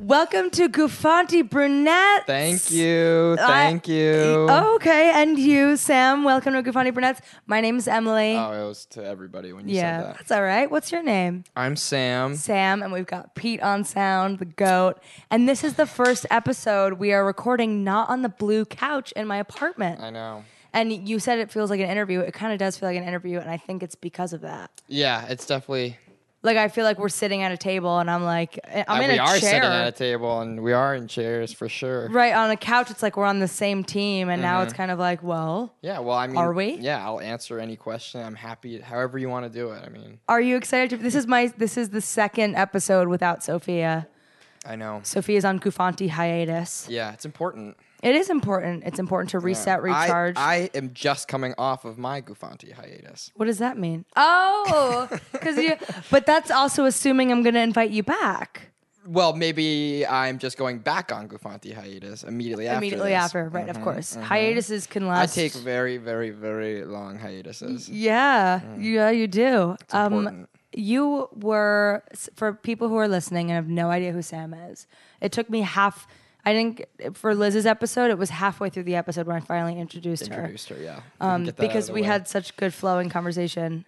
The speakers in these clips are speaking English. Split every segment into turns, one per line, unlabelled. Welcome to Gufanti Burnett.
Thank you. Thank you.
Okay, and you, Sam. Welcome to Gufanti Burnett's. My name's Emily.
Oh, it was to everybody when you
yeah,
said that.
that's all right. What's your name?
I'm Sam.
Sam, and we've got Pete on sound, the goat. And this is the first episode we are recording not on the blue couch in my apartment.
I know.
And you said it feels like an interview. It kind of does feel like an interview, and I think it's because of that.
Yeah, it's definitely.
Like I feel like we're sitting at a table, and I'm like, "Eh, I'm in
uh, we
a
are
chair.
sitting at a table and we are in chairs for sure.
Right on a couch, it's like we're on the same team, and now
Mm-hmm.
it's kind of like, well,
Yeah, well, I mean,
Are we?
Yeah, I'll answer any question. I'm happy, however you want to do it. I mean,
are you excited? To, this is my this is the second episode without Sophia.
I know.
Sophia's on Kufanti hiatus.
Yeah, it's important.
It is important. It's important to
Yeah.
reset,
I-
recharge.
I, am just coming off of my Gufanti hiatus.
what does that mean? Oh, because you. But that's also assuming I'm going to invite you back
Well, maybe I'm just going back on Gufanti hiatus immediately after.
immediately
this. Mm-hmm,
after, right? Of course, hiatuses can
I
last.
take very, very, very long hiatuses.
Yeah, yeah, you do. Um,
Mm. important.
you were s- for people who are listening and have no idea who Sam is. It took me half. I think for Liz's episode, it was halfway through the episode when I finally introduced,
Introduced her, yeah. We can
her, um,
get that out of
because
the
we
way.
had such good flowing conversation.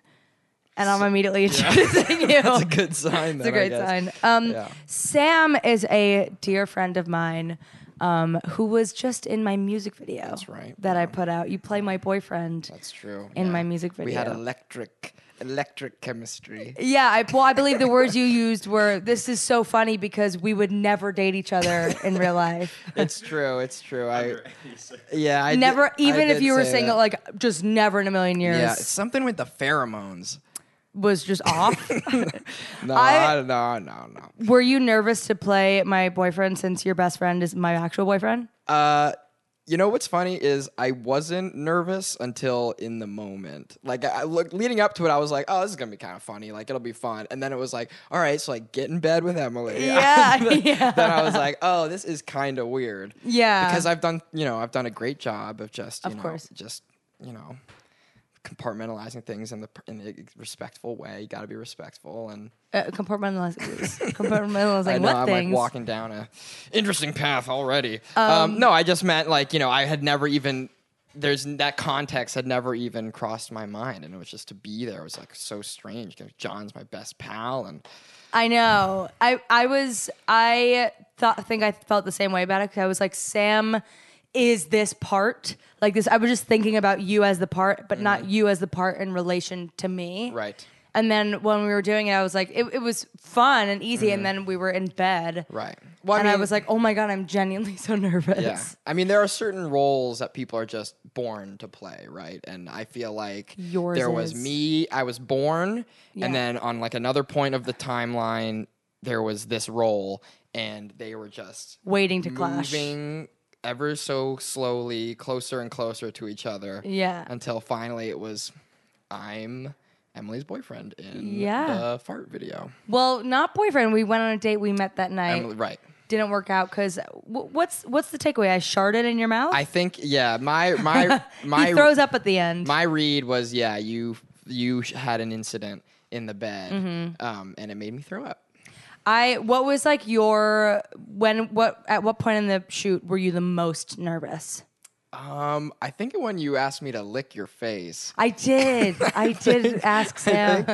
And I'm immediately introducing you.
That's a good sign.
It's a great sign. Um,
Yeah.
Sam is a dear friend of mine um, who was just in my music video That's
right,
that I put out. You play my boyfriend.
That's true.
in my music
we had
video.
electric, electric chemistry.
Yeah, I, well, I believe the words you used were "This is so funny because we would never date each other in real life.
it's true. It's true. I yeah. I did-
never,
I
even if
did
you were
say
single,
that.
like just never in a million years
yeah, something with the pheromones.
was just off."
No,
I-
I, no, no, no.
were you nervous to play my boyfriend since your best friend is my actual boyfriend?
Uh, you know what's funny is I wasn't nervous until in the moment. Like I I look leading up to it, I was like, oh, this is gonna be kind of funny. Like it'll be fun. And then it was like, all right, so like get in bed with Emily.
Yeah, yeah.
then I was like, oh, this is kind of weird.
Yeah.
Because I've done, you know, I've done a great job of just, you
Of
know,
course.
just, you know, compartmentalizing things in the in the respectful way. You got to be respectful. And
Uh, compartmentalizing, compartmentalizing
I know
what
I'm
things?
like walking down a interesting path already. Um, no, I just meant like, you know, I had never even. There's that context had never even crossed my mind, and it was just to be there was like so strange. 'cause John's my best pal, and
I know. I I was I thought think I felt the same way about it 'cause I was like Sam is this part like this I was just thinking about you as the part but not you as the part in relation to me.
Mm-hmm. right,
And then when we were doing it I was like it, it was fun and easy and then we were in bed.
Mm-hmm. right. Well,
and I
mean-
was like, "Oh my god, I'm genuinely so nervous."
Yeah. I mean, there are certain roles that people are just born to play, right? And I feel like
Yours
there was
is.
me, I was born,
Yeah.
and then on like another point of the timeline, there was this role, and they were just
Waiting to clash.
moving ever so slowly closer and closer to each other.
Yeah.
Until finally it was, I'm Emily's boyfriend in
Yeah.
the fart video.
Well, not boyfriend. We went on a date. We met that night.
Emily, right.
Didn't work out because w- what's what's the takeaway? I sharded in your mouth.
I think, yeah, my, my, my.
he throws up at the end.
My read was, yeah, you you sh- had an incident in the bed,
Mm-hmm.
um, and it made me throw up.
I what was like your when what at what point in the shoot were you the most nervous?
Um, I think when you asked me to lick your face,
I did. I did ask Sam.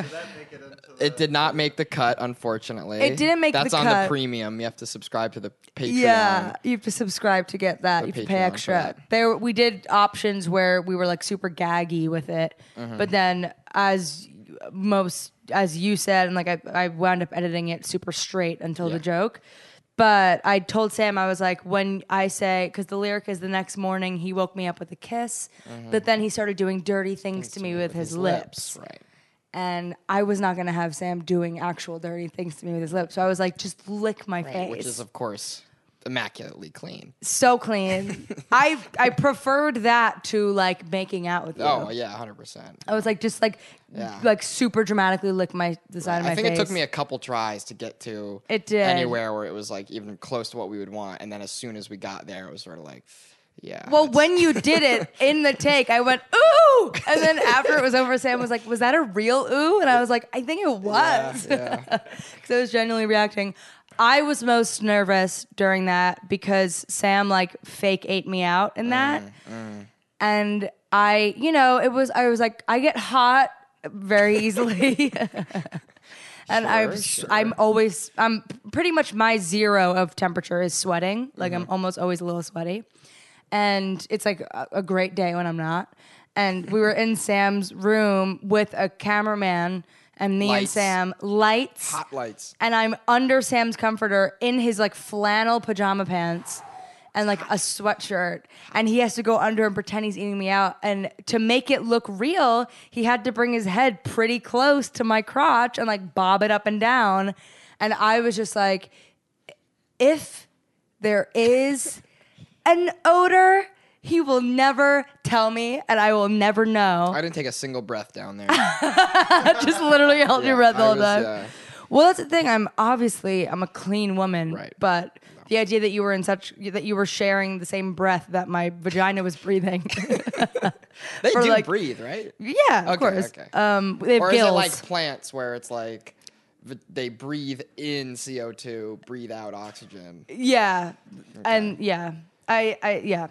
it did not make the cut, unfortunately.
It didn't make the
That's on
cut.
the premium. You have to subscribe to the Patreon.
Yeah, you have to subscribe to get that. You have to pay
Patreon for
extra.
that.
There we did options where we were like super gaggy with it,
Mm-hmm.
but then as most as you said, and like I, I wound up editing it super straight until the
Yeah.
joke. But I told Sam I was like, when I say, because the lyric is the next morning he woke me up with a kiss,
Mm-hmm.
but then he started doing dirty things to me with his, lips
right?
and I was not gonna have Sam doing actual dirty things to me with his lips. So I was like, just lick my face.
Which is, of course, immaculately clean.
so clean. I I preferred that to like making out with you.
Oh yeah, hundred percent.
I was like, just like
Yeah.
like super dramatically lick my the side of my
I think
face.
it took me a couple tries to get to
It did.
anywhere where it was like even close to what we would want, and then as soon as we got there, it was sort of like, yeah.
well, when you did it in the take, I went ooh, and then after it was over, Sam was like, "Was that a real ooh?" And I was like, "I think it was," because
yeah.
I was genuinely reacting. I was most nervous during that because Sam like fake ate me out in that.
Mm,
And I, you know, it was I was like I get hot very easily. and I'm
Sure,
I'm always I'm pretty much my zero of temperature is sweating. Like
Mm-hmm.
I'm almost always a little sweaty. And it's like a, a great day when I'm not. And we were in Sam's room with a cameraman and me and
Lights.
Sam lights
Hot lights.
and I'm under Sam's comforter in his like flannel pajama pants and like a sweatshirt and he has to go under and pretend he's eating me out and to make it look real he had to bring his head pretty close to my crotch and like bob it up and down and I was just like if there is an odor he will never tell me and I will never know
I didn't take a single breath down there.
just literally held your
Yeah,
breath
I
all
was, uh,
time.
yeah.
Well, that's the thing. I'm obviously I'm a clean woman,
Right.
But the idea that you were in such that you were sharing the same breath that my vagina was breathing.
They
For
do
like-
breathe, right?
yeah, of
Okay,
course.
okay.
Um, they have
Or is
gills.
it like plants where it's like v- they breathe in CO2, breathe out oxygen?
yeah, and yeah, I, I, yeah,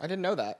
I didn't know that.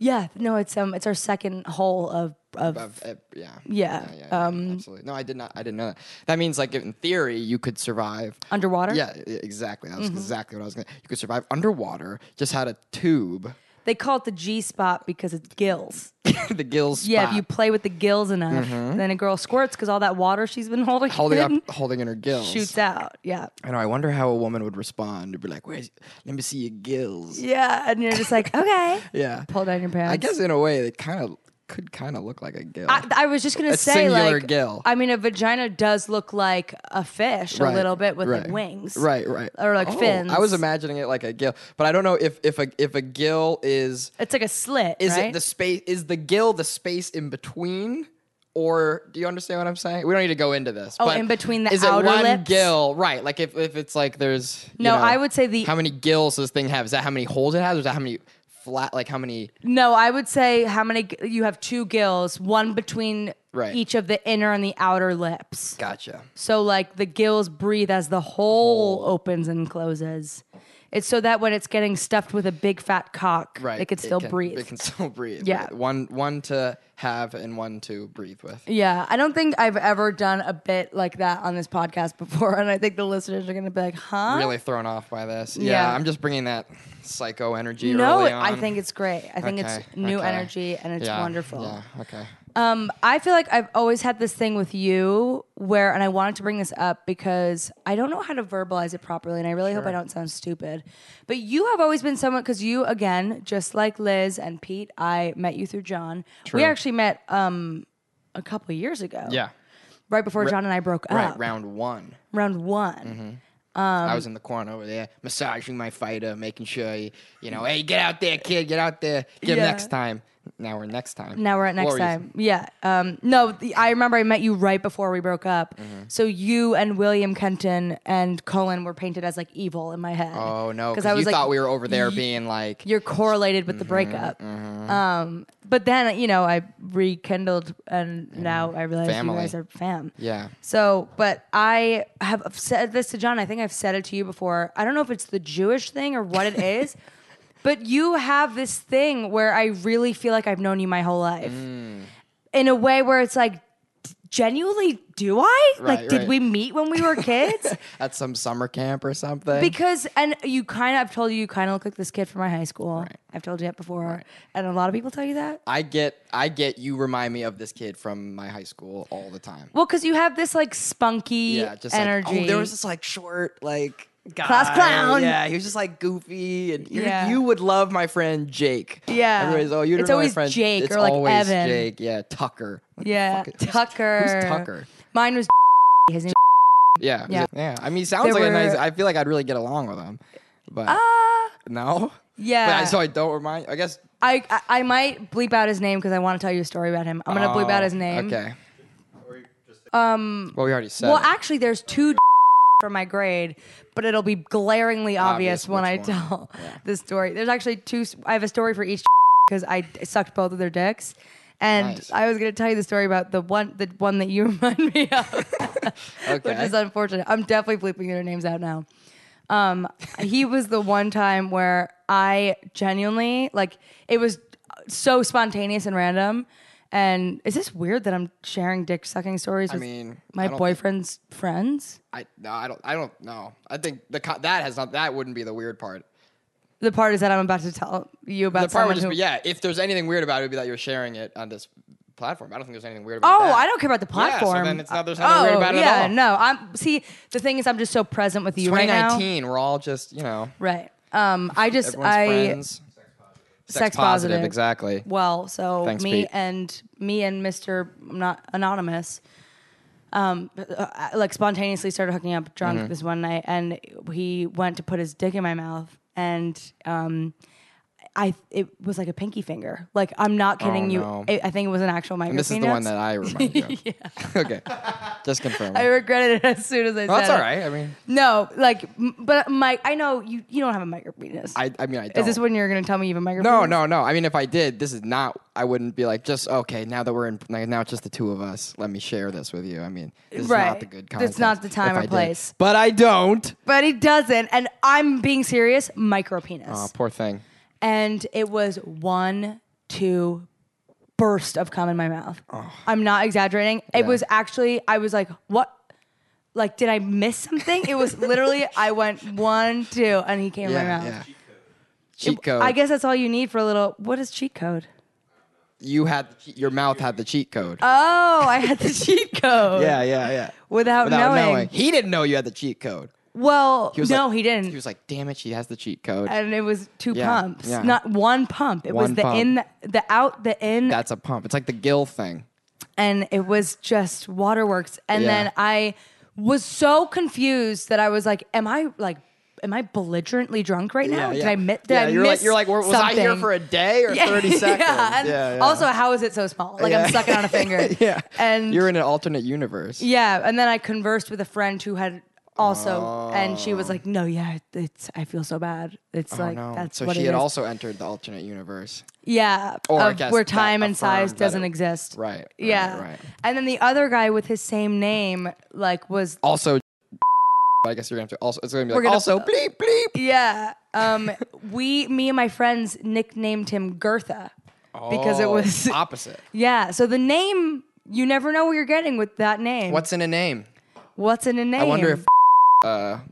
yeah. No, it's um, it's our second hole of of.
Of- uh, yeah.
Yeah, um,
Yeah, yeah, absolutely. No, I did not. I didn't know that. That means, like, in theory, you could survive
Underwater? Mm-hmm.
Yeah, e- exactly. That was exactly what I was going. to You could survive underwater. Just had a tube,
They call it the G spot because it's gills.
the gills.
Yeah,
spot, Mm-hmm.
if you play with the gills enough, then a girl squirts because all that water she's been holding,
holding up,
in
holding in her gills.
shoots out. Yeah.
I know. I wonder how a woman would respond. To be like, "Where's? Let me see your gills."
Yeah, and you're just like, okay.
Yeah.
Pull down your pants.
I guess in a way, it kind of could kind of look like a gill.
I, I was just gonna
A
say,
singular
like,
gill.
I mean, a vagina does look like a fish a little bit with like wings.
Right, right. Oh,
Or, like, fins.
I was imagining it like a gill, but I don't know if if a if a gill is
It's like a slit,
is
right?
it the space is the gill the space in between or do you understand what I'm saying? We don't need to go into this.
Oh,
but
in between the
is
outer
it one
lips?
gill? Right. Like if, if it's like there's you
No,
know,
I would say the-
how many gills this thing has? Is that how many holes it has? Or is that how many flat? Like how many?
no, I would say how many g- you have two gills, one between
Right.
each of the inner and the outer lips.
Gotcha.
So like the gills breathe as the hole opens and closes. It's so that when it's getting stuffed with a big fat cock,
Right.
it could still
can-
breathe.
It can still breathe.
Yeah.
Right. One one to have and one to breathe with.
Yeah, I don't think I've ever done a bit like that on this podcast before, and I think the listeners are gonna be like, "Huh?"
really thrown off by this.
Yeah.
Yeah, I'm just bringing that psycho energy
No,
early
I
on.
think it's great. I think
Okay,
it's new
okay.
energy and it's
Yeah,
wonderful.
Yeah, okay.
Um, I feel like I've always had this thing with you where, and I wanted to bring this up because I don't know how to verbalize it properly, and I really hope I don't sound stupid. But you have always been someone because you, again, just like Liz and Pete, I met you through John. We
True.
actually met um a couple years ago.
Yeah.
right before John and I broke
Right, Mm-hmm.
up.
round one.
round one.
I
um,
was in the corner over there, massaging my fighter, making sure he, you know, hey, get out there, kid, get out there, get him
Yeah.
next time. Now we're next time.
Now we're at next
Glorious.
time. Yeah. Um, no, the, I remember I met you right before we broke up.
Mm-hmm.
So you and William Kenton and Colin were painted as like evil in my head.
Oh no,
because
because
I was
you
like,
thought we were over there being like,
you're correlated with the
Mm-hmm,
breakup. Um, but then you know I rekindled, and now I realize
Mm-hmm. Family.
you guys are fam.
yeah,
So, but I have said this to John. I think I've said it to you before. I don't know if it's the Jewish thing or what it is, but you have this thing where I really feel like I've known you my whole life
Mm.
in a way where it's like, genuinely, do I? like,
Right,
did
right.
we meet when we were kids?
at some summer camp or something.
because, and you kind of, I've told you, you kind of look like this kid from my high school. I've told you that before. And a lot of people tell you that.
I get, I get. You remind me of this kid from my high school all the time.
Well, because you have this like spunky
yeah, just
energy.
Like, oh, there was this like short like guy.
Class clown.
Yeah, he was just like goofy, and you-
Yeah.
you would love my friend Jake.
Yeah.
everybody's oh, you
It's
know
always
my friend
Jake
It's
or, like,
always
Evan.
Jake. Yeah, Tucker. What the
Yeah,
fuck is- who's-
Tucker.
Who's Tucker?
Mine was his name.
Yeah,
Yeah.
yeah, yeah. I mean, he sounds
There
like a nice.
were-
I feel like I'd really get along with him, but
Ah,
no. But
yeah.
I, so I don't remind. I guess.
I, I I might bleep out his name because I want to tell you a story about him. I'm gonna bleep out
Oh,
his name.
Okay. Um. Well, we already said.
Well,
it.
actually, there's two from my grade, but it'll be glaringly obvious,
Obvious
when I
which one.
tell
Yeah.
the story. There's actually two. I have a story for each because I d- sucked both of their dicks, And
Nice.
I was going to tell you the story about the one, the one that you remind me of,
Okay.
which is unfortunate. I'm definitely bleeping their names out now. Um, he was the one time where I genuinely like it was so spontaneous and random. And is this weird that I'm sharing dick sucking stories
I
with
mean, I
my
don't think-
boyfriend's friends?
I no, I don't. I don't know. I think the co- that has not. That wouldn't be the weird part.
The part is that I'm about to tell you about
the part
someone
would just
who-
be yeah. If there's anything weird about it, it'd be that you're sharing it on this platform. I don't think there's anything weird about
Oh,
that.
I don't care about the
Yeah, so
platform. Oh,
then it's not- there's nothing weird about it at
yeah,
all.
no. I'm see. The thing is, I'm just so present with you right now.
2019. We're all just you know
Right. Um. I just
everyone's
I
friends.
sex,
positive, exactly.
Well, so
Thanks,
me
Pete.
and me and Mister Not Anonymous, um, uh, like spontaneously started hooking up drunk
Mm-hmm.
this one night, and he went to put his dick in my mouth, and um. I it was like a pinky finger. Like I'm not kidding you.
Oh, no.
I I think it was an actual micro.
And this is the
penis.
one that I remind you. of. okay, just confirm.
I regretted it as soon as I said.
that's
it.
all right. I mean,
No, like, m- but Mike, I know you. You don't have a micro penis.
I, I mean, I don't.
Is this when you're gonna tell me you have a micro?
No,
penis?
no, no. I mean, if I did, this is not. I wouldn't be like just okay. Now that we're in, like, now it's just the two of us. Let me share this with you. I mean, this is not
Right.
the good
That's
context.
not the time
if
or
I did.
place.
But I don't.
But he doesn't, and I'm being serious. Micro penis,
Oh, poor thing.
and it was one, two, burst of cum in my mouth. I'm not exaggerating. It was actually. I was like, what? Like, did I miss something? It was literally. I went one, two, and he came in my
Yeah,
mouth.
yeah. Cheat code.
I guess that's all you need for a little. What is cheat code?
you had your mouth had the cheat code.
Oh, I had the cheat code.
yeah, yeah, yeah.
Without,
Without knowing.
knowing.
he didn't know you had the cheat code.
Well,
was
no,
like-
he didn't.
He was like, "Damn it, she has the cheat code."
and it was two
Yeah,
pumps,
yeah.
not one pump. It was
One
the
pump.
in, the out, the in,
That's a pump. It's like the gill thing.
and it was just waterworks. And
Yeah.
then I was so confused that I was like, "Am I like, am I belligerently drunk right now? Did I mi- did
yeah,
I
you're
miss
like, you're like, "Were- was I here
something?"
for a day or 30 seconds?
yeah, and also, how is it so small? Like
Yeah.
I'm sucking on a finger.
yeah.
and
you're in an alternate universe.
Yeah, and then I conversed with a friend who had also, and she was like, "No, yeah, it's I feel so bad. It's like
Oh, no.
that's
so
what
she
it
had
is."
also entered the alternate universe.
yeah,
Or I
of
guess
where
that
time and size
affirmed that
doesn't
it-
exist.
Right. right,
Yeah,
Right.
and then the other guy with his same name, like, was
Also, I guess you're gonna have to also. It's gonna be like
gonna-
also bleep bleep
yeah. Um, we, me, and my friends nicknamed him Gertha because it
Oh,
was
opposite.
yeah. So the name. You never know what you're getting with that name.
What's in a name?
What's in a name?
I wonder if. Uh,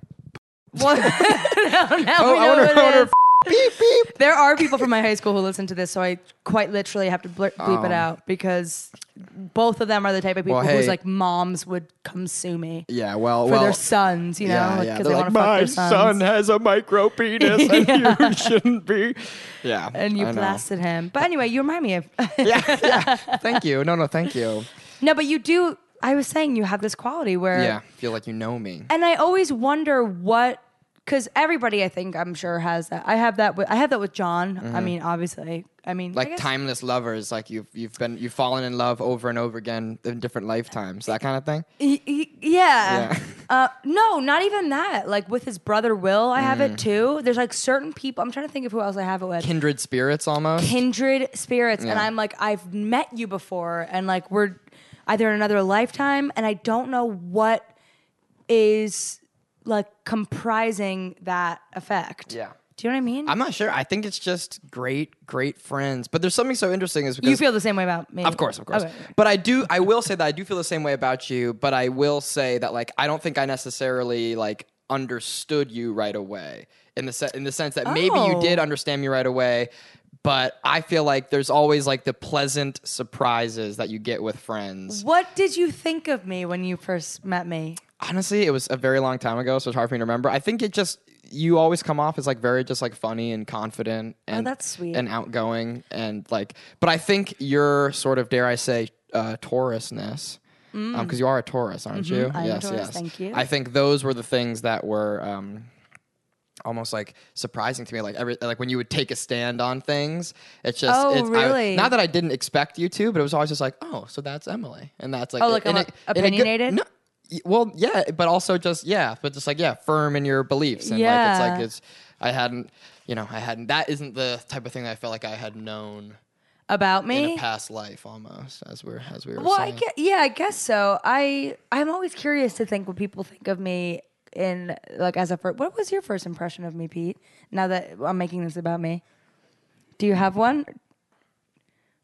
What? no, now we know
Oh, I wonder,
what it
I wonder
is.
if beep beep.
There are people from my high school who listen to this, so I quite literally have to blur- bleep it out because both of them are the type of people
Oh. Well,
whose
hey.
like moms would come sue me
Yeah. Well.
for
well.
their sons, you know,
yeah,
like,
yeah.
'cause they
They're like,
want to fuck
my
their
son
sons.
has a micro penis, and you shouldn't be. Yeah.
and you
I know.
blasted him. But anyway, you remind me of
Yeah, yeah. Thank you. No, no, thank you.
no, but you do. I was saying you have this quality where
Yeah. Feel like you know me.
and I always wonder what because everybody I think I'm sure has that. I have that. With, I have that with John. I mean, obviously. I mean, I
Mm-hmm. like
guess-
timeless lovers like you've you've been you've fallen in love over and over again in different lifetimes that kind of thing
Y- y- yeah.
Yeah.
Uh, no, not even that. Like with his brother Will, I have
Mm.
it too. There's like certain people. I'm trying to think of who else I have it with.
kindred spirits almost
Kindred spirits, and
Yeah.
I'm like, I've met you before, and like we're either in another lifetime, and I don't know what is like comprising that effect.
Yeah.
Do you know what I mean?
i'm not sure i think it's just great great friends but there's something so interesting is because
you feel the same way about me,
of course of course
Okay.
but i do i will say that i do feel the same way about you but i will say that like i don't think i necessarily like understood you right away in the se- in the sense that maybe you
Oh.
did understand me right away but i feel like there's always like the pleasant surprises that you get with friends
What did you think of me when you first met me?
honestly, it was a very long time ago, so it's hard for me to remember. I think it just you always come off as like very just like funny and confident and
Oh, that's sweet.
and outgoing and like but I think your sort of dare I say uh Taurusness because you are a Taurus, aren't you?
Mm. Mm-hmm. I am a Taurus, thank you.
I think those were the things that were um almost like surprising to me like every like when you would take a stand on things it's just
Oh,
it's, I-
really?
not that i didn't expect you to but it was always just like oh so that's emily and that's like
Oh, like
in
I'm
a- in a good-
opinionated?
no, Y- well yeah but also just yeah but just like yeah firm in your beliefs and like it's like
Yeah.
it's i hadn't you know i hadn't that isn't the type of thing that i felt like i had known
about
in a
me.
past life almost as we're as we were
Eh. Well, I
saying.
guess, yeah, I guess so. I I'm always curious to think what people think of me in like as a first. What was your first impression of me, Pete? Now that I'm making this about me, do you have one?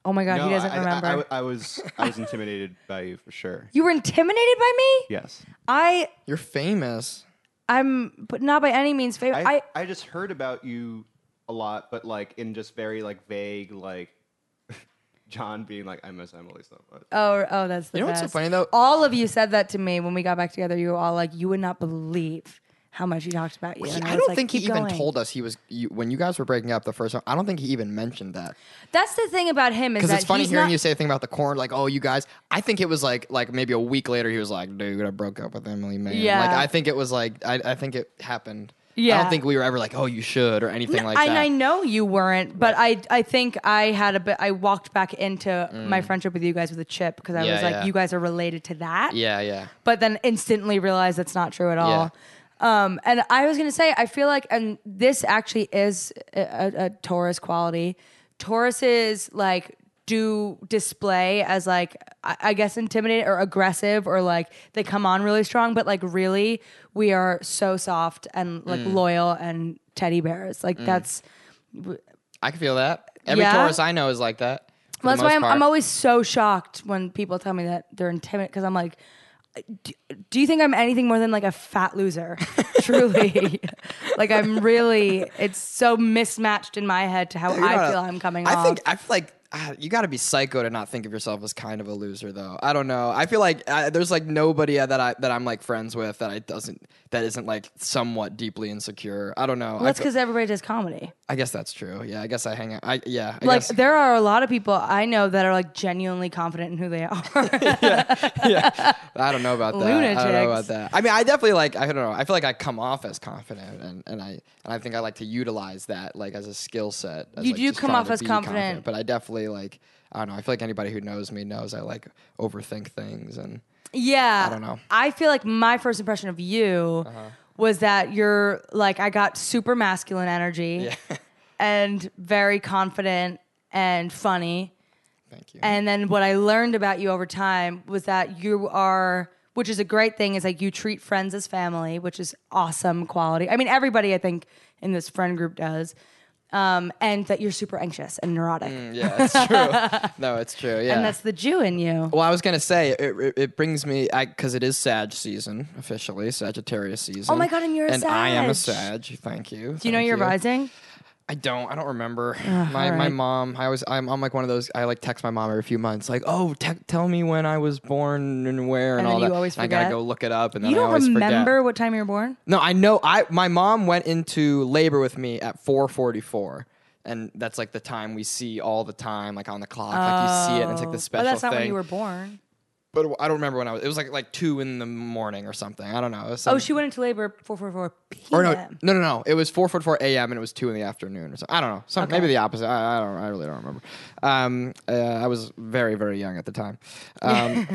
Oh my God, he doesn't
I,
remember.
I, I, I was I was intimidated by you for sure.
you were intimidated by me.
Yes.
I
You're famous.
I'm, but not by any means favorite.
I, I just heard about you a lot, but like in just very like vague like John being like I miss Emily so much.
Oh, oh, that's the
You know what's
best.
so funny, though?
All of you said that to me when we got back together. You were all like, "You would not believe how much he talked about you."
He-
And
I
was
don't
like,
think he
"Keep
even
going."
told us he was you, when you guys were breaking up the first time. I don't think he even mentioned that
That's the thing about him is
because
that
it's funny
he's
hearing
not,
you say the thing about the corn, like oh you guys. I think it was like like maybe a week later he was like, dude, I broke up with Emily May. Like
Yeah.
I think it was like I, I think it happened. I
Yeah.
don't think we were ever like oh you should or anything like
I,
that.
and I know you weren't, but I, I think I had a bit. I walked back into my friendship with you guys with a chip because I
Mm. Yeah,
was like,
yeah.
"You guys are related to that."
yeah, yeah.
but then instantly realize that's not true at all. Um, and I was gonna say, I feel like, and this actually is a, a, a Taurus quality. Tauruses like do display as like I, I guess intimidated or aggressive or like they come on really strong, but like really we are so soft and like loyal and teddy bears. Like that's
I can feel that. Every
Yeah.
Taurus I know is like that. for the
Well, that's why
most
I'm, I'm
part.
always so shocked when people tell me that they're intimidated because I'm like, do, do you think I'm anything more than like a fat loser? Truly. like, I'm really, it's so mismatched in my head to how
You
I
gotta-
feel I'm coming
I
off.
think I feel like ah, you got to be psycho to not think of yourself as kind of a loser, though. I don't know. I feel like I, there's like nobody that I that I'm like friends with that I doesn't that isn't like somewhat deeply insecure. I don't know.
well,
I,
that's
feel-
because everybody does comedy.
I guess that's true. Yeah, I guess I hang out. I yeah. I
Like,
guess,
there are a lot of people I know that are like genuinely confident in who they are.
I don't know about that. I don't know about
Lunatics.
that. I mean, I definitely like. I don't know. I feel like I come off as confident, and, and I and I think I like to utilize that like as a skill set. as,
You
like,
do
just
come
trying
off
to
as
be
confident.
but I definitely like. I don't know. I feel like anybody who knows me knows I like overthink things and.
Yeah.
I don't know. Uh-huh.
I feel like my first impression of you was that you're like, I got super masculine energy and very confident and funny.
Thank you.
And then what I learned about you over time was that you are, which is a great thing, is like you treat friends as family, which is awesome quality. I mean, everybody I think in this friend group does. Um, and that you're super anxious and neurotic.
Yeah, it's true. no, it's true. Yeah.
And that's the Jew in you.
well, I was gonna say it. It, it brings me because it is Sag season officially, Sagittarius season.
Oh my God, and you're a
and I am a
Sag.
Sag. Thank you.
Do you know you're rising?
I don't. I don't remember. my my
alright.
mom. I always. I'm, I'm like one of those. I like text my mom every few months. Like, oh, te- tell me when I was born and where
And
and,
then
all
you
that.
always
And I gotta
forget?
go look it up. And then
You
I
don't
always
remember
forget.
what time you were born?
No, I know. I my mom went into labor with me at 4:44, and that's like the time we see all the time, like on the clock, like you see it, and it's like the
But
special
Oh. that's not
thing.
when you were born.
but I don't remember when I was. It was like like two in the morning or something. I don't know. It was
Oh,
some-
she went into labor at 4:44 p.m.
or no, E no, no, no. It was four forty four a.m. and it was two in the afternoon or something. I don't know. Some, Maybe the opposite. I, I don't. I really don't remember. Um, uh, I was very very young at the time. Um,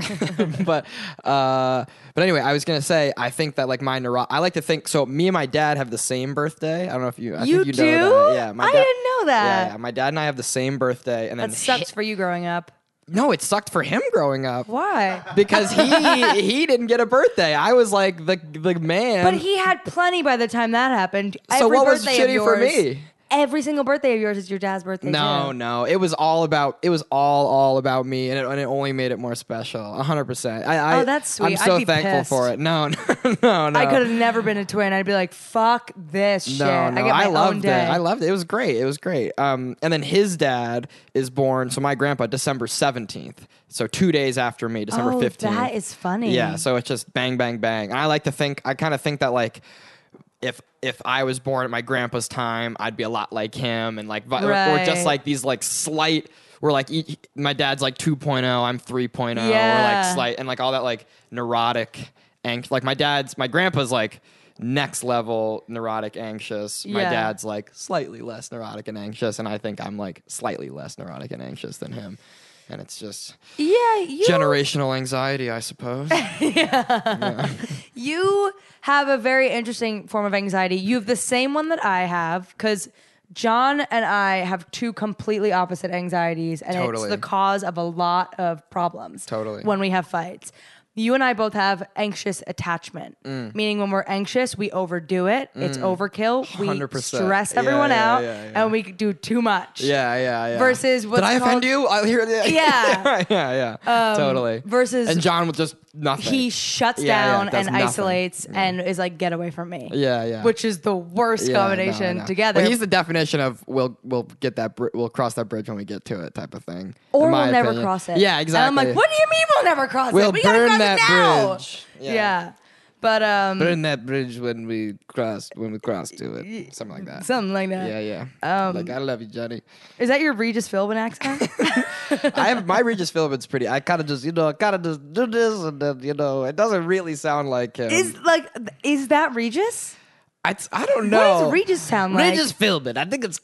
but uh, but anyway, I was gonna say I think that like my neuro. I like to think so. Me and my dad have the same birthday. I don't know if you. I
You
think you Know
do?
that. Yeah, my
I
dad-
didn't know that.
Yeah, yeah, my dad and I have the same birthday, and then
That sucks for you growing up.
no, it sucked for him growing up.
Why?
Because he he didn't get a birthday. I was like the the man.
But he had plenty by the time that happened.
So
Every
what was
birthday of
shitty
yours-
for me?
Every single birthday of yours is your dad's birthday.
No,
too.
no, it was all about it was all all about me, and it, and it only made it more special. hundred percent. I, I
Oh, that's
I'm
sweet.
so
I'd be
thankful
pissed.
for it. No, no, no, no.
I could have never been a twin. I'd be like, fuck this shit.
No, no,
I get my own
loved
day.
it. I loved it. It was great. It was great. Um, and then his dad is born. So my grandpa, December seventeenth. So two days after me, December
Oh,
fifteenth.
that is funny.
Yeah. So it's just bang, bang, bang. And I like to think. I kind of think that like. If if I was born at my grandpa's time, I'd be a lot like him, and like vi- or, or just
Right.
like these like slight. We're like each, my dad's like 2.0, I'm 3.0, or
Yeah.
like slight and like all that like neurotic anx. Like my dad's, my grandpa's like next level neurotic anxious. My
Yeah.
dad's like slightly less neurotic and anxious, and I think I'm like slightly less neurotic and anxious than him. And it's just
yeah, you
generational anxiety, I suppose.
You have a very interesting form of anxiety. You have the same one that I have because John and I have two completely opposite anxieties, and
Totally.
it's the cause of a lot of problems.
Totally.
When we have fights. You and I both have anxious attachment,
Mm.
meaning when we're anxious, we overdo it. It's overkill. We
100%.
stress
Mm. Yeah,
everyone
yeah,
out,
yeah, yeah.
and we do too much.
Yeah, yeah, yeah.
Versus what's
Did I offend
called-
you? I hear that.
Yeah. Um,
right, yeah, yeah. totally.
versus-
and John was just nothing.
He shuts
Yeah, yeah,
down
does
and
nothing.
isolates and is like, get away from me.
Yeah, yeah.
Which is the worst
Yeah, I know, I
combination
know.
together.
Well, he's the definition of we'll we'll get that br- we'll cross that bridge when we get to it type of thing.
or
in my
we'll never
opinion.
cross it.
Yeah,
And
exactly.
I'm like, what do you mean we'll never cross
We'll
it? We gotta
burn
cross
that
it now.
bridge.
Yeah. But um
Burn that bridge when we cross when we cross to it. Something like that.
something Um, like that. Is
yeah, yeah. like I love you, Johnny.
that your Regis Philbin accent?
Um, I have my Regis Philbin's pretty. I kind of just you know I kind of just do this and then you know it doesn't really sound like him.
is like is that Regis?
I, I don't
What
know.
does Regis sound like?
Regis Philbin. I think it's.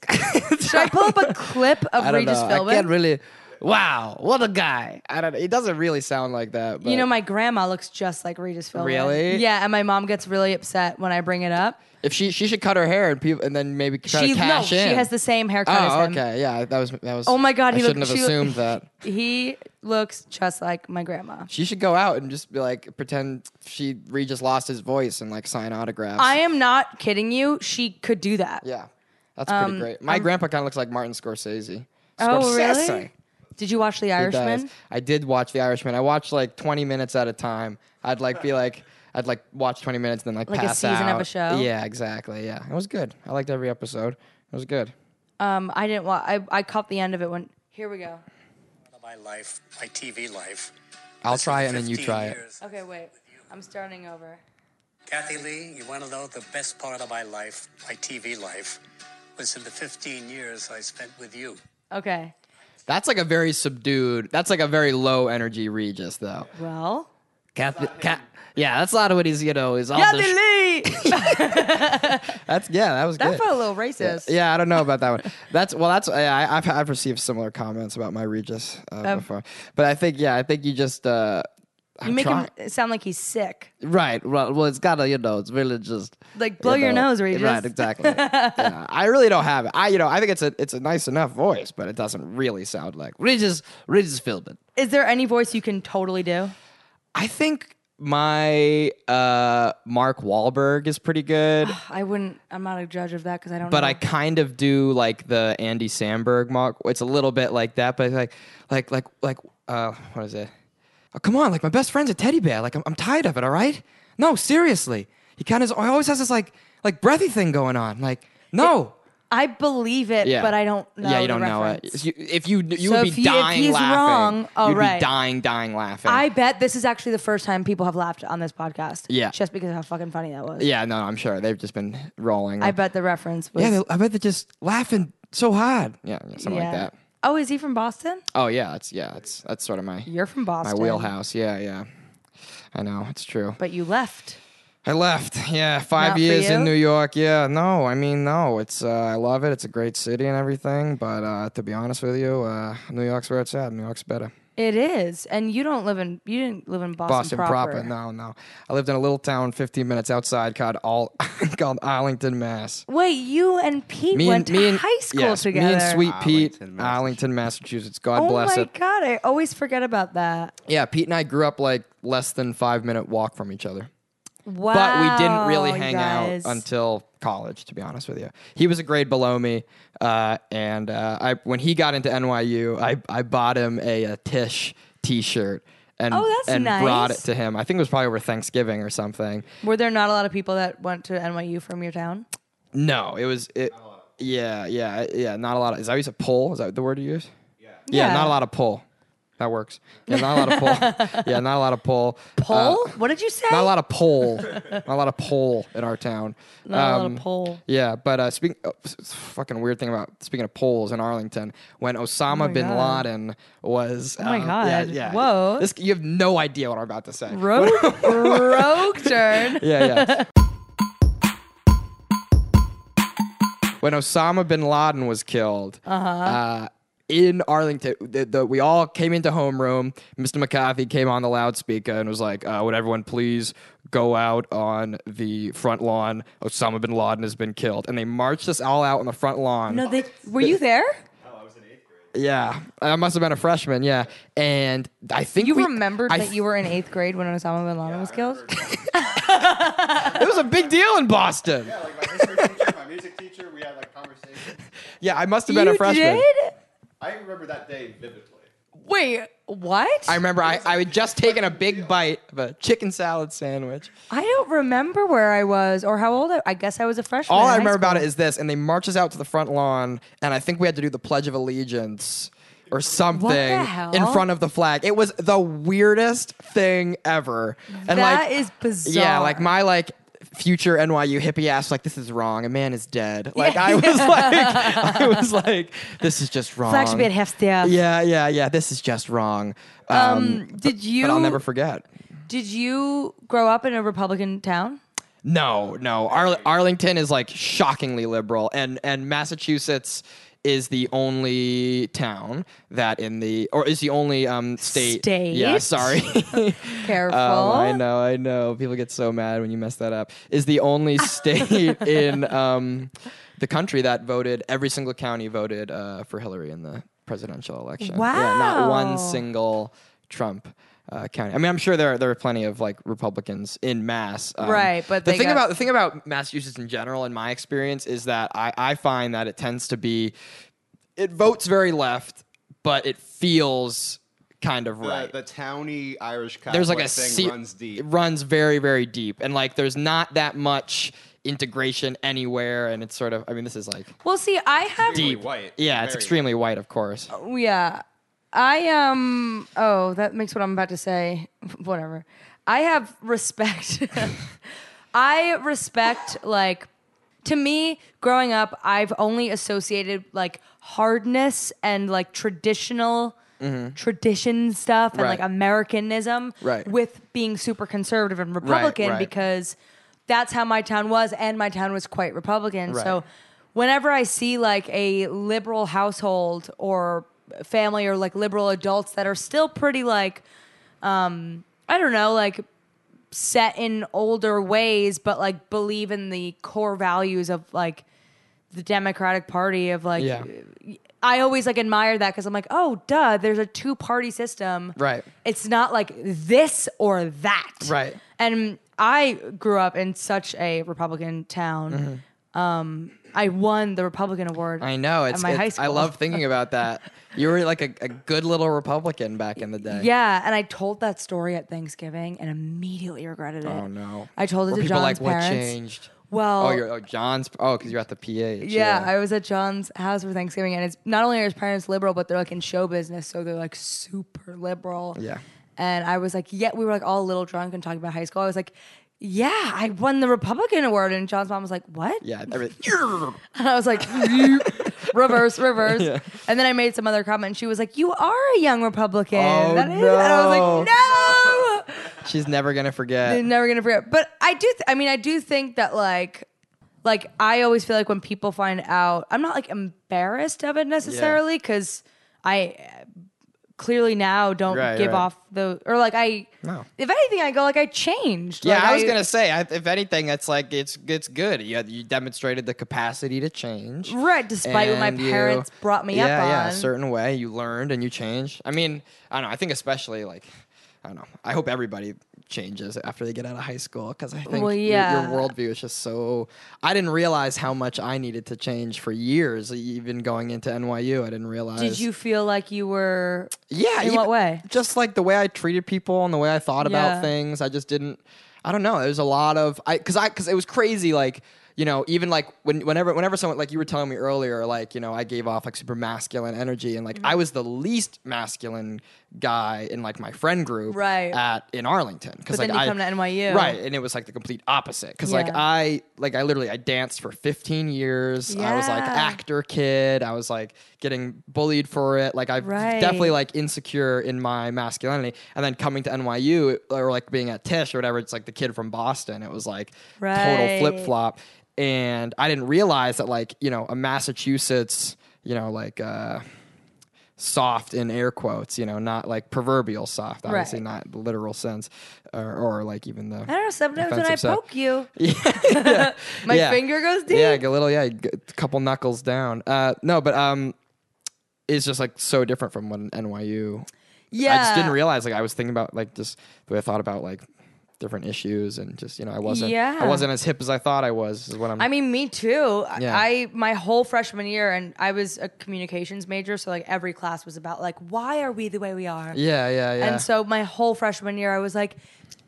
Should I pull up a clip of
I don't
Regis
know.
Philbin?
I can't really. Wow, what a guy! I don't. He doesn't really sound like that. But
you know, my grandma looks just like Regis Philbin.
Really?
Yeah, and my mom gets really upset when I bring it up.
if she she should cut her hair and people and then maybe try
she
to cash
no,
in.
she has the same haircut
Oh,
as him.
okay. Yeah, that was that was.
Oh my God,
I
he looked-
shouldn't have
she-
assumed that.
He looks just like my grandma.
She should go out and just be like pretend she Regis lost his voice and like sign autographs.
I am not kidding you. She could do that.
yeah, that's pretty great. My grandpa kind of looks like Martin Scorsese.
Um, Oh,
Scorsese.
really? Did you watch The
It does.
Irishman?
I did watch The Irishman. I watched like 20 minutes at a time. I'd like be like, I'd like watch 20 minutes and then like,
Like a
pass
season of a
out.
show?
Yeah, exactly. Yeah, it was good. I liked every episode. It was good.
Um, I didn't watch. I, I caught the end of it when. Here we go.
my life, my TV life.
I'll
This
try it
is
and then you
15
try it.
years.
Okay, wait. I'm starting over.
Kathy Lee, you want to know the best part of my life, my TV life, was in the 15 years I spent with you.
Okay.
That's like a very subdued. That's like a very low energy Regis though.
Well.
Kathy, Ca- yeah, that's a lot of what he's you know is all
Yeah,
the sh- that's yeah that was
that
good.
felt a little racist.
Yeah, I don't know about that one. That's well, that's I, I- I've I've received similar comments about my Regis uh, before, but I think yeah, I think you just uh,
You make
trying.
him sound like he's sick.
Right. Well, well, it's gotta, you know, it's really just
Like, blow your nose, Regis.
Right. Exactly. Yeah, I really don't have it. I, you know, I think it's a, it's a nice enough voice, but it doesn't really sound like Regis, Regis Philbin.
Is there any voice you can totally do?
I think my uh Mark Wahlberg is pretty good,
I wouldn't. I'm not a judge of that because I don't.
but
know.
I kind of do like the Andy Samberg Mark. It's a little bit like that, but like, like, like, like, uh, what is it? Oh, come on, like my best friend's a teddy bear. Like I'm, I'm tired of it. All right. No, seriously. He kind of always has this like, like breathy thing going on. Like, no.
I believe it, but I don't know.
Yeah,
the
you don't know
reference.
it. You- If you you
So
would be
if he- if
dying
he's
laughing.
wrong, oh,
You'd
right.
be dying, dying laughing.
I bet this is actually the first time people have laughed on this podcast.
Yeah.
Just because of how fucking funny that was.
yeah, no, I'm sure they've just been rolling.
I bet the reference was.
Yeah, they, I bet they're just laughing so hard. Yeah, yeah, something
Yeah.
like that.
Oh, is he from Boston?
Oh yeah, that's yeah, that's that's sort of my
You're from
my
Boston.
wheelhouse. Yeah, yeah. I know it's true.
But you left.
I left. Yeah, five
Not for
years in
you?
New York. Yeah, no, I mean no. It's uh, I love it. It's a great city and everything. But uh, to be honest with you, uh, New York's where it's at. New York's better.
It is, and you don't live in you didn't live in Boston,
Boston proper. No, no. I lived in a little town 15 minutes outside called All called Arlington, Mass.
Wait, you and Pete went to high school
yes,
together.
Me and Sweet Pete,
Arlington, Massachusetts.
Arlington, Massachusetts. God
Oh
bless
my
it.
god, I always forget about that.
Yeah, Pete and I grew up like less than five minute walk from each other.
Wow.
But we didn't really
Oh, you
hang
guys.
out until college, to be honest with you. He was a grade below me, uh, and uh, I when he got into NYU, I, I bought him a, uh Tish T-shirt and
Oh, that's
and brought
nice.
it to him. I think it was probably over Thanksgiving or something.
Were there not a lot of people that went to NYU from your town?
Uh, No, it was it. Yeah, yeah, yeah. Not a lot of. Is that used to pull? Is that the word you use? Yeah. Yeah,
Yeah.
not a lot of pull. That works. Yeah, not a lot of pull. yeah, not a lot of pull. Uh,
Pole? what did you say?
not a lot of pole. not a lot of pole in our town.
Not a lot of
Um,
pole.
Yeah, but uh, speaking oh, s- s- fucking weird thing about speaking of poles in Arlington, when Osama bin
Oh God.
Laden was. Oh
my
Yeah,
God.
yeah.
Whoa.
This, you have no idea what I'm about to say.
rogue rogue turn.
Yeah, yeah.
Uh-huh.
when Osama bin Laden was killed, uh in Arlington. The, the, we all came into homeroom. Mr. McCarthy came on the loudspeaker and was like, uh, "Would everyone please go out on the front lawn? Osama bin Laden has been killed." And they marched us all out on the front lawn.
No, they, were you there?
Oh,
Yeah, I must have been a freshman. Yeah, and I think
You
we,
remembered
I
that you were in eighth grade when Osama bin Laden was killed?
It was a big deal in Boston.
Yeah, like my history teacher, my music teacher, we had like conversations.
Yeah, I must have been a freshman.
did?
I remember that day vividly.
Wait, what?
I remember I, I had just taken a big bite of a chicken salad sandwich.
I don't remember where I was or how old I, I guess I was a freshman.
All
in
I
high
remember about
school.
it is this, and they march us out to the front lawn, and I think we had to do the Pledge of Allegiance or something in
hell?
front of the flag. It was the weirdest thing ever. And
That
like,
is bizarre.
Yeah, like my like future NYU hippie ass, like this is wrong. A man is dead. Like I was like, I was like, this is just wrong.
flag should be at half staff.
Yeah, yeah, yeah. This is just wrong. Um,
Did Uh, you
but I'll never forget.
Did you grow up in a Republican town?
No, no. Arl- Arlington is like shockingly liberal, and and Massachusetts is the only town that in the or is the only um state. Yeah,
State?
sorry.
Careful.
Um, I know, I know. People get so mad when you mess that up. Is the only state in um the country that voted every single county voted uh, for Hillary in the presidential election. Yeah, not
Wow.
one single Trump. Uh, county. I mean, I'm sure there are, there are plenty of like Republicans in mass. um,
Right, but
the
they
thing
got-
about the thing about Massachusetts in general, in my experience, is that I, I find that it tends to be it votes very left, but it feels kind of right
The, the towny Irish Catholic
there's like a
thing
se-
runs
It
deep.
runs very very deep, and like there's not that much integration anywhere, and it's sort of. I mean, this is like
Well, see, I have
Really
deep.
white.
Yeah, it's
Very
extremely white, of course.
Oh, yeah. I um oh, that makes what I'm about to say whatever. I have respect. I respect like to me growing up, I've only associated like hardness and like traditional tradition stuff and
Mm-hmm.
like
Right.
Americanism
Right.
with being super conservative and Republican
right.
because that's how my town was and my town was quite Republican.
Right.
So whenever I see like a liberal household or family or like liberal adults that are still pretty like um I don't know like set in older ways but like believe in the core values of like the Democratic Party of like
Yeah.
I always like admire that cuz I'm like oh duh there's a two party system
Right.
it's not like this or that
Right.
and I grew up in such a Republican town um I won the Republican award
Mm-hmm. I know. It's,
my high
it's- I
school.
love thinking about that. You were like a, a good little Republican back in the day.
Yeah, and I told that story at Thanksgiving and immediately regretted it.
Oh no.
I told it
Were
to
people like
John's
what
parents.
changed?
Well,
oh, you're, oh, John's. Oh, because you're at the PH.
yeah, I was at John's house for Thanksgiving, and it's not only are his parents liberal, but they're like in show business, so they're like super liberal.
Yeah.
And I was like, yeah, we were like all a little drunk and talking about high school. I was like, yeah, I won the Republican award, and John's mom was like, what?
yeah. every-
And I was like, "Yeep. reverse, reverse. And then I made some other comment, and she was like, you are a young Republican.
Oh,
That is-" And I was like, no.
She's never gonna forget.
They're never gonna forget. But I do. Th- I mean, I do think that like, like I always feel like when people find out, I'm not like embarrassed of it necessarily because I uh, clearly now don't
Right,
give
right.
off the or like I.
No.
If anything, I go like I changed.
Yeah,
Like,
I was gonna say. I, if anything, it's like it's it's good. You you demonstrated the capacity to change,
Right, despite what my
and you-
parents brought me up
yeah, Yeah, a
on.
certain way you learned and you changed. I mean, I don't know. I think especially like I don't know. I hope everybody changes after they get out of high school because I think
Well,
your-
yeah.
your, worldview is just so. I didn't realize how much I needed to change for years, even going into NYU. I didn't realize.
Did you feel like you were?
Yeah.
In what way?
Just like the way I treated people and the way I thought
Yeah.
about things. I just didn't. I don't know. There's a lot of I because I because it was crazy. Like you know, even like when whenever whenever someone like you were telling me earlier, like you know, I gave off like super masculine energy and like
Mm-hmm.
I was the least masculine guy in like my friend group
Right.
at in Arlington because
But
like
then you
I
come to NYU.
right and it was like the complete opposite because like
Yeah.
I like I literally I danced for 15 years. I was like
Yeah.
actor kid. I was like getting bullied for it. Like I
Right.
definitely like insecure in my masculinity. And then coming to NYU or like being at Tish or whatever, it's like the kid from Boston. It was like
Right.
total flip flop. And I didn't realize that like, you know, a Massachusetts, you know, like uh soft in air quotes, you know, not like proverbial soft, obviously
Right.
not the literal sense, or, or like even the.
I don't know. Sometimes when I
offensive stuff.
poke you, my
Yeah.
finger goes deep.
Yeah, like a little, yeah, g- a couple knuckles down. Uh, no, but um, it's just like so different from what an NYU.
yeah.
I just didn't realize like I was thinking about like just the way I thought about like different issues and just you know I wasn't
Yeah.
I wasn't as hip as I thought I was is what I'm.
I mean, me too. I-
Yeah.
I my whole freshman year, and I was a communications major, so like every class was about like why are we the way we are.
yeah, yeah, yeah.
And so my whole freshman year, I was like,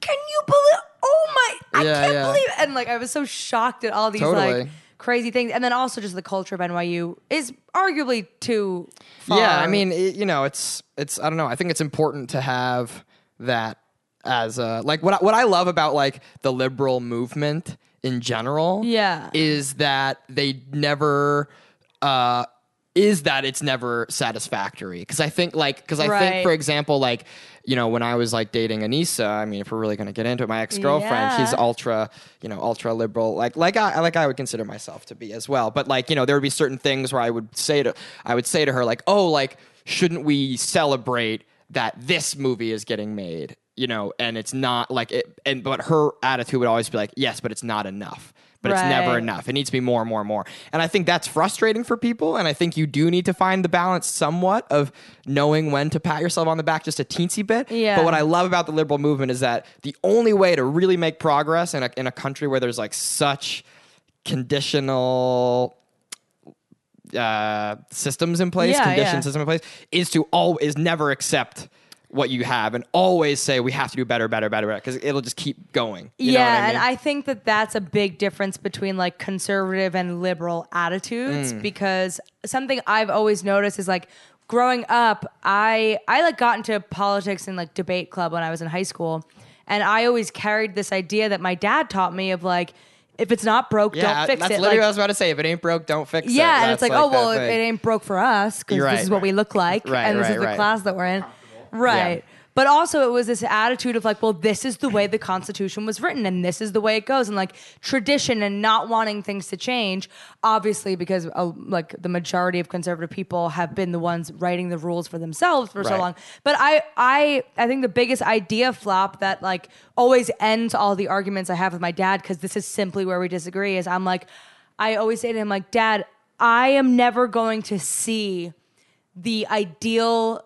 "Can you believe? Oh my! I
Yeah,
can't
yeah.
believe!" And like, I was so shocked at all these like
Totally.
crazy things, and then also just the culture of NYU is arguably too. Far.
Yeah, I mean, it, you know, it's it's I don't know. I think it's important to have that as a like what I, what I love about like the liberal movement in general.
Yeah.
is that they never. uh is that it's never satisfactory because I think like because I
Right.
think for example like you know when I was like dating Anissa I mean if we're really gonna get into it my ex girlfriend she's
Yeah.
ultra you know ultra liberal like like I like I would consider myself to be as well but like you know there would be certain things where I would say to I would say to her like oh like shouldn't we celebrate that this movie is getting made you know and it's not like it and but her attitude would always be like yes but it's not enough but it's never
Right.
enough it needs to be more and more and more and I think that's frustrating for people and I think you do need to find the balance somewhat of knowing when to pat yourself on the back just a teensy bit
Yeah.
but what I I love about the liberal movement is that the only way to really make progress in a, in a country where there's like such conditional uh, systems in place,
Yeah,
conditioned
yeah.
system in place, is to all is never accept what you have and always say we have to do better, better, better, better because it'll just keep going. You know
yeah,
what I
and
mean?
I think that that's a big difference between like conservative and liberal attitudes
Mm.
because something I've always noticed is like growing up, I I like got into politics and like debate club when I was in high school, and I always carried this idea that my dad taught me of like if it's not broke,
yeah,
don't fix
that's
it.
literally
Like,
what I was about to say. If it ain't broke, don't fix it.
yeah, and it's
That's
like, oh
that
well, if
thing.
it ain't broke for us because
You're
this is
right.
what we look like,
Right,
and this
right,
is the
right.
class that we're in, right? But also, it was this attitude of like, well, this is the way the Constitution was written, and this is the way it goes, and like tradition and not wanting things to change, obviously, because uh, like the majority of conservative people have been the ones writing the rules for themselves for so
Right.
long. But I, I, I think the biggest idea flop that like always ends all the arguments I have with my dad because this is simply where we disagree is I'm like, I always say to him like, Dad, I am never going to see the ideal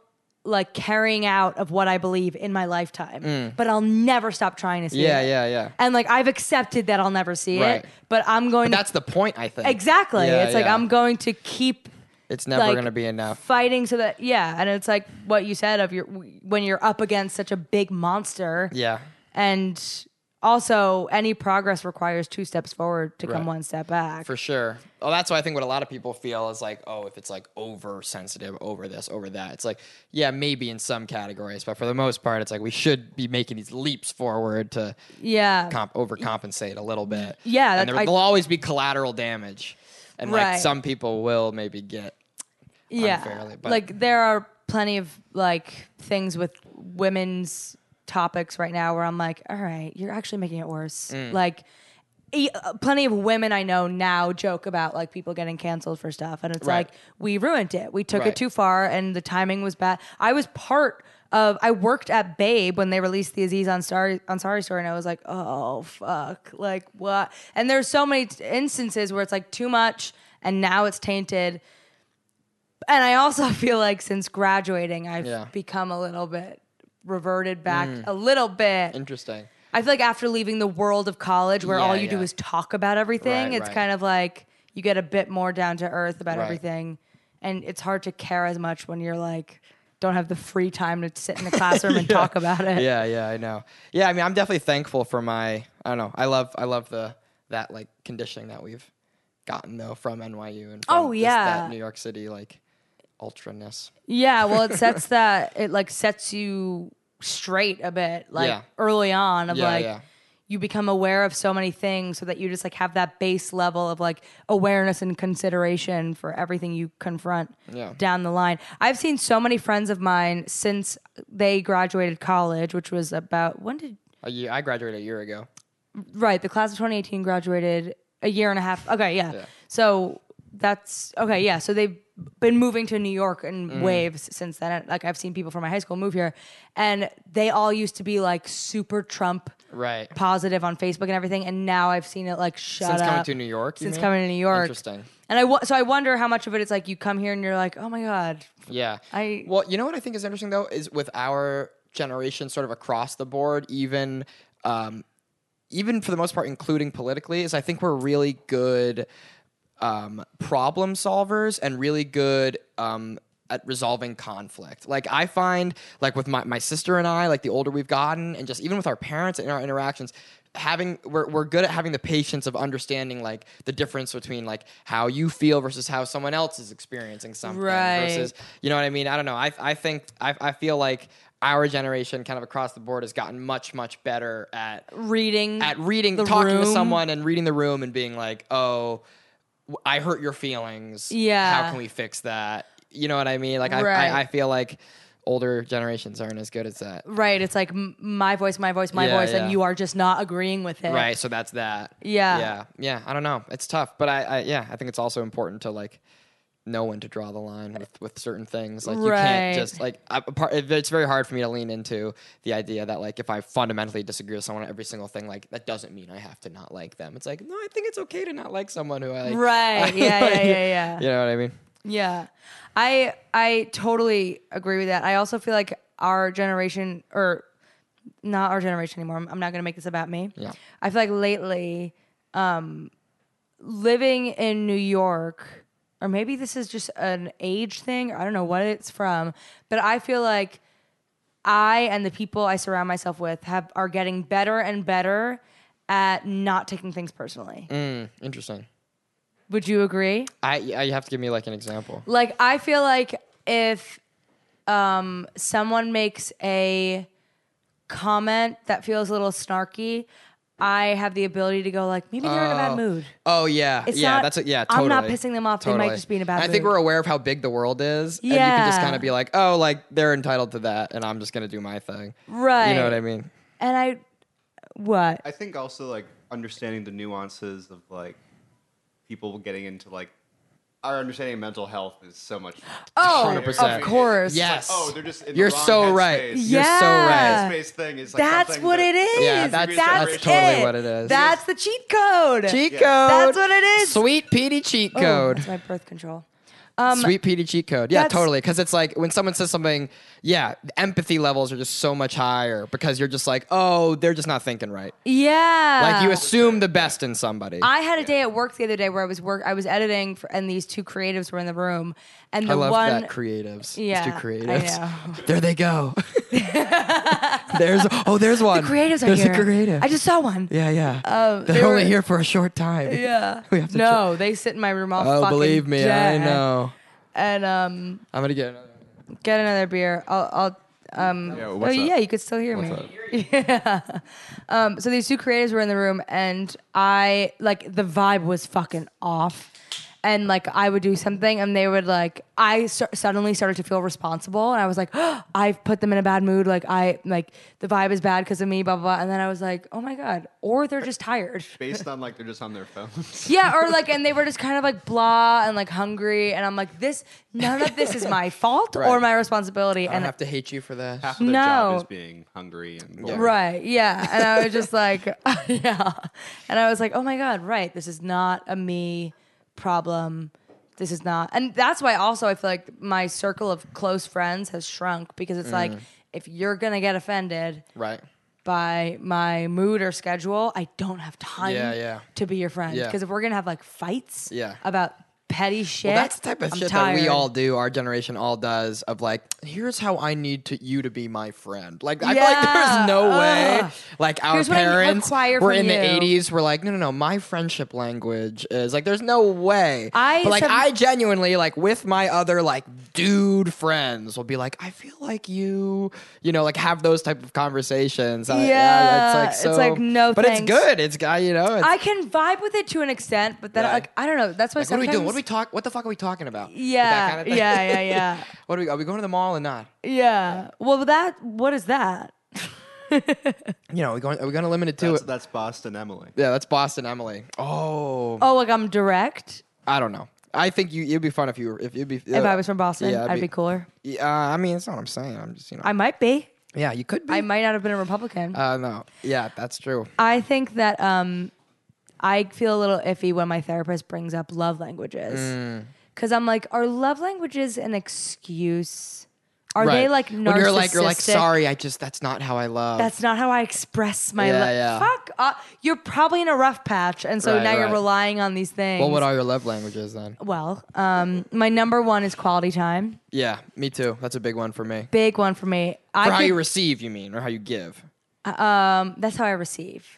like carrying out of what I believe in my lifetime, but I'll never stop trying to see
Mm. Yeah,
it.
yeah, yeah.
And like I've accepted that I'll never see
Right.
it, but I'm going. to
that's the point. I think
exactly.
Yeah,
it's like
yeah.
I'm going to keep
It's never
like,
gonna be enough.
Fighting so that yeah, and it's like what you said of your when you're up against such a big monster.
Yeah.
and also any progress requires two steps forward to come
Right.
one step back.
For sure. Well, that's why I think what a lot of people feel is like, oh, if it's like oversensitive, over this, over that. It's like, yeah, maybe in some categories, but for the most part, it's like we should be making these leaps forward to
yeah,
comp- overcompensate a little bit.
Yeah, that-
and there,
I-
will always be collateral damage, and
Right.
like some people will maybe get
yeah.
unfairly, but-
like there are plenty of like things with women's topics right now where I'm like, all right, you're actually making it worse.
Mm.
Like. e- uh, Plenty of women I know now joke about like people getting canceled for stuff, and it's
Right.
like we ruined it. We took it
Right.
too far, and the timing was bad. I was part of. I worked at Babe when they released the Aziz Ansari Ansari story, and I was like, oh fuck, like what? And there's so many t- instances where it's like too much, and now it's tainted. And I also feel like since graduating, I've
Yeah. Mm.
become a little bit reverted back a little bit.
interesting.
I feel like after leaving the world of college where all
Yeah,
you do
yeah.
is talk about everything,
Right,
it's
right.
kind of like you get a bit more down to earth about
Right.
everything. And it's hard to care as much when you're like, don't have the free time to sit in the classroom and talk about it.
Yeah, yeah, I know. Yeah, I mean, I'm definitely thankful for my. I don't know. I love, I love the that like conditioning that we've gotten though from NYU and from
Oh,
this-
yeah.
that New York City like ultraness.
Yeah, well, it sets that, it like sets you straight a bit, like
Yeah.
early on, of
Yeah,
like,
yeah.
you become aware of so many things so that you just like have that base level of like awareness and consideration for everything you confront
Yeah.
down the line. I've seen so many friends of mine since they graduated college, which was about when did
A year, I graduated a year ago.
right, the class of 2018 graduated a year and a half. Okay, yeah. So that's okay, yeah. So they been moving to New York in
Mm.
waves since then. Like I've seen people from my high school move here, and they all used to be like super Trump
Right.
positive on Facebook and everything, and now I've seen it like shut
Since coming
up.
to New York, you
Since
mean?
coming to New York,
Interesting.
And I wa- so I wonder how much of it it's like you come here and you're like, oh my god,
Yeah.
I-
well, you know what I think is interesting though is with our generation, sort of across the board, even, um, even for the most part, including politically, is I think we're really good um, problem solvers and really good. Um, at resolving conflict. Like I find like with my, my sister and I, like the older we've gotten and just even with our parents and our interactions, having we're, we're good at having the patience of understanding like the difference between like how you feel versus how someone else is experiencing something
Right.
versus you know what I mean? I don't know. I I think I I feel like our generation kind of across the board has gotten much much better at
reading
at reading
the
talking to
room.
someone and reading the room and being like, "Oh, w- I hurt your feelings.
Yeah.
How can we fix that?" You know what I mean? Like
Right.
I, I I feel like older generations aren't as good as that.
Right, it's like m- my voice, my voice, my
Yeah,
voice,
yeah.
and you are just not agreeing with it.
Right, so that's that.
Yeah.
yeah, yeah. I don't know. It's tough, but I, I, yeah, I think it's also important to like know when to draw the line with, with certain things. Like you
Right.
can't just like I, a part, it's very hard for me to lean into the idea that like if I fundamentally disagree with someone on every single thing, like that doesn't mean I have to not like them. It's like no, I think it's okay to not like someone who I like.
Right. Yeah, yeah,
Like,
yeah, yeah.
You know what I mean?
Yeah. I I totally agree with that. I also feel like our generation or not our generation anymore. I'm, I'm not going to make this about me.
Yeah.
I feel like lately um living in New York or maybe this is just an age thing. I don't know what it's from, but I feel like I and the people I surround myself with have are getting better and better at not taking things personally.
Interesting.
Would you agree?
I, I you have to give me like an example.
Like I feel like if um someone makes a comment that feels a little snarky, I have the ability to go like maybe they're in a bad mood.
Oh yeah,
It's
yeah.
not-
that's a, yeah. Totally.
I'm not pissing them off. They might just be in a bad
And I think
mood.
we're aware of how big the world is, and you can just
Yeah.
kind of be like, oh, like they're entitled to that, and I'm just gonna do my thing.
Right.
You know what I mean?
And I what?
I think also like understanding the nuances of like people getting into like our understanding of mental health is so much.
Oh,
greater.
100%.
of course.
It's like,
Yes.
oh, they're just in the
You're
wrong
so right.
headspace.
You're so
Yeah.
right.
Headspace thing is like
That's
something
what it
that-
is.
Yeah,
that's,
that's- that's totally
it.
what it is.
That's the cheat code.
Cheat code.
That's what it is.
Sweet Petey cheat
Oh,
code.
That's my birth control.
Sweet Petey cheat code. Yeah,
that's-
totally. Because it's like when someone says something, yeah, empathy levels are just so much higher because you're just like, oh, they're just not thinking right.
Yeah.
Like you assume the best in somebody.
I had a day at work the other day where I was work I was editing for, and these two creatives were in the room and the
I love
one
that creatives.
Yeah,
These two
I
creatives.
know.
There they go. there's oh, there's one.
the creatives are
there's
here.
a creative.
I just saw one.
yeah yeah.
they
They're only
were-
here for a short time.
Yeah.
We have to
no, they sit in my room all
Oh,
fucking
believe me, I
day.
know.
And um,
I'm gonna get another.
get another beer. I'll. I'll um,
Yeah,
oh
what's up?
yeah, you could still hear me. Yeah. Um, so these two creatives were in the room, and I like the vibe was fucking off. And like I would do something, and they would like I st- suddenly started to feel responsible, and I was like, I've put them in a bad mood. Like I like the vibe is bad because of me, blah, blah blah. And then I was like, oh my god, or they're just tired.
Based on like they're just on their phones.
Yeah, or like, and they were just kind of like blah and like hungry, and I'm like, this, none of this is my fault or
Right.
my responsibility,
I
and
have to hate you for that.
Half of their job
No.
is being hungry and bored.
right, yeah, and I was just like, yeah, and I was like, oh my god, right, this is not a me problem, this is not, and that's why also I feel like my circle of close friends has shrunk because it's like,
Mm.
if you're gonna get offended
Right.
by my mood or schedule, I don't have time
Yeah, yeah.
to be your friend.
Yeah.
Because if we're gonna have like fights
Yeah.
about petty shit,
Well, that's the type of
I'm
shit
tired.
that we all do. Our generation all does. Of like, here's how I need to you to be my friend. Like, I feel like
Yeah.
there's no way.
Ugh.
Like our
Here's what I
parents
require
were
from
in the
you.
'80s. We're like, no, no, no. My friendship language is like, there's no way.
I
but like,
some-
I genuinely like with my other like dude friends will be like, I feel like you, you know, like have those type of conversations. I-
Yeah.
it's
It's
like so.
like, no
but
thanks.
it's good. It's guy, you know. It's,
I can vibe with it to an extent, but then
Yeah.
like I don't know. That's why
like, what are
sometimes
we doing? What are we talk? What the fuck are we talking about?
yeah,
That kind of thing.
yeah, yeah,
What are we? Are we going to the mall or not?
yeah, yeah. Well, that what is that?
You know, are we going? Are we going to limit it to
That's,
it?
that's Boston Emily.
yeah, that's Boston Emily. Oh,
Oh, like I'm direct.
I don't know. I think you it'd be fun if you were if you'd be
If I was from Boston,
Uh, Yeah,
I'd,
I'd
be,
be-
cooler.
Yeah, I mean, that's not what I'm saying. I'm just you know.
I might be.
yeah, you could be.
I might not have been a Republican.
Mm. uh, no. Yeah, that's true.
I think that um, I feel a little iffy when my therapist brings up love languages
Mm.
because I'm like, are love languages an excuse? Are they like narcissistic?
When you're like you're like sorry, I just that's not how I love.
That's not how I express my
Yeah,
love.
yeah.
Fuck. Uh, you're probably in a rough patch, and so
Right,
now you're
right.
relying on these things.
what would all your love languages then?
well, um, my number one is quality time.
Yeah, me too. That's a big one for me.
Big one for me.
For how
I
you
could,
receive, you mean, or how you give.
um, that's how I receive.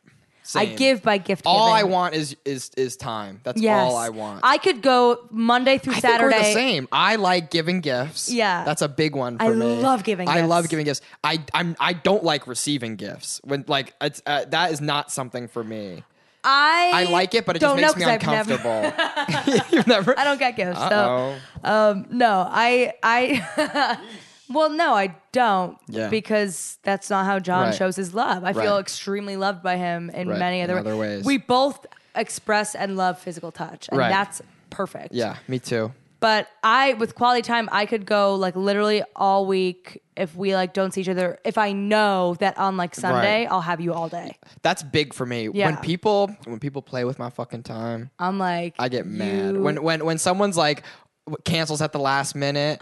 I
Same.
give by gift
All
giving.
I want is is is time. That's
Yes.
all I want.
I could go Monday through
I think
Saturday.
we're the same. I like giving gifts.
Yeah.
that's a big one. for
I
me.
love giving
I love
gifts.
giving gifts. I I'm I don't like receiving gifts. When like it's uh, that is not something for me.
I
I like it, but it just
Eh, don't
makes me
know 'cause I've never-
uncomfortable. You've never.
I don't get gifts.
Uh-oh.
So um, no, I I well no, I don't
Yeah.
because that's not how John
Right.
shows his love. I feel
Right.
extremely loved by him in
Right,
many
in
other,
other ways.
We both express and love physical touch, and
Right.
that's perfect.
Yeah, me too.
But I with quality time, I could go like literally all week if we like don't see each other. If I know that on like Sunday, I'll have you all day.
That's big for me.
Yeah.
When people when people play with my fucking time,
I'm like
I get mad.
you-
When when when someone's like w- cancels at the last minute.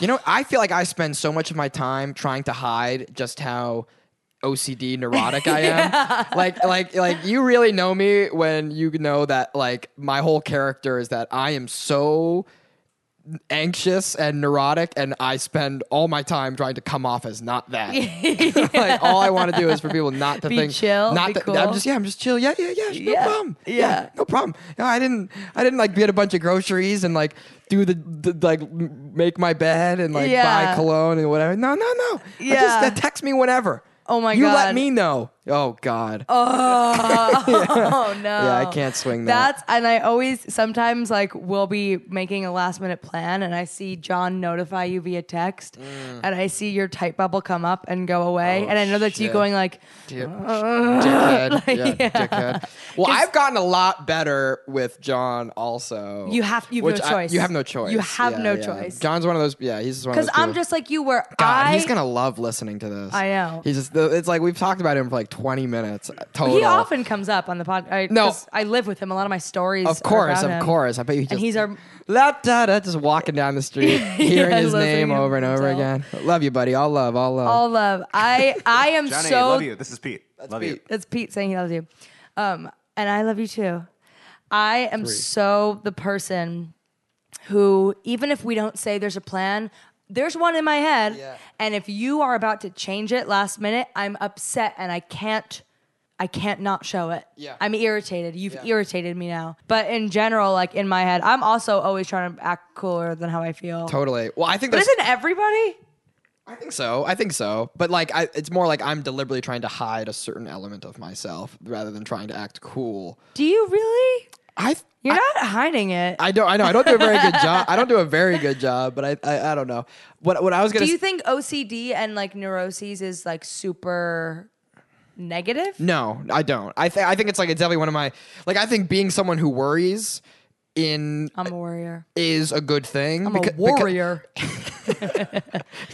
you know, I feel like I spend so much of my time trying to hide just how OCD neurotic I am. Like like like you really know me when you know that like my whole character is that I am so anxious and neurotic and I spend all my time trying to come off as not that. like all I want to do is for people not to
Be
think
chill,
not
be
to,
cool.
I'm just yeah, I'm just chill. Yeah, yeah, yeah. No
Yeah,
problem.
yeah.
no problem. No, I didn't I didn't like get a bunch of groceries and like do the, the like m- make my bed and like
Yeah.
buy cologne and whatever. No, no, no. Yeah.
Yeah.
just uh, text me whenever.
Oh my
you You
God.
let me know. Oh god. Oh,
Oh no.
yeah, I can't swing that.
That's and I always sometimes like will be making a last minute plan and I see John notify you via text and I see your tight bubble come up and go away
Mm. Oh,
and I know that's you
shit.
going like
Dick- dickhead. Yeah,
yeah.
dickhead. Well, I've gotten a lot better with John also.
You have- you have
which
no
I-
choice.
you have no choice.
You have
Yeah,
no
yeah.
choice.
John's one of those yeah, he's just one of
because
those
I'm
people-
just like you where
God,
I
he's gonna love listening to this.
I know.
He's just it's like we've talked about him for like 20 minutes uh, total.
he often comes up on the pod. I,
No.
'cause I live with him. A lot of my stories.
Of course,
are
of
about him.
course. I bet you. Just,
he's our-
la, da, da, just walking down the street, hearing his
listening
name
to
over and over
himself.
again. Love you, buddy. All love, all love.
All love. I I am
Johnny,
so
love you. This is Pete. love you.
Pete.
That's Pete saying he loves you. Um, and I love you too. I am so the person who, even if we don't say there's a plan, there's one in my head.
Yeah.
And if you are about to change it last minute, I'm upset and I can't. I can't not show it.
Yeah.
I'm irritated. You've
Yeah.
irritated me now. But in general, like in my head, I'm also always trying to act cooler than how I feel.
totally. Well, I think
But
there's.
isn't everybody?
I think so. I think so. But like, I, it's more like I'm deliberately trying to hide a certain element of myself rather than trying to act cool.
Do you really?
I.
You're
I,
not hiding it.
I don't. I know. I don't do a very good job. I don't do a very good job. But I. I, I don't know. What. What I was gonna.
Do you
s-
think OCD and like neuroses is like super negative?
No, I don't. I think I think it's like it's definitely one of my like I think being someone who worries in
I'm a warrior.
is a good thing.
Oh. I'm
beca-
a
beca-
warrior.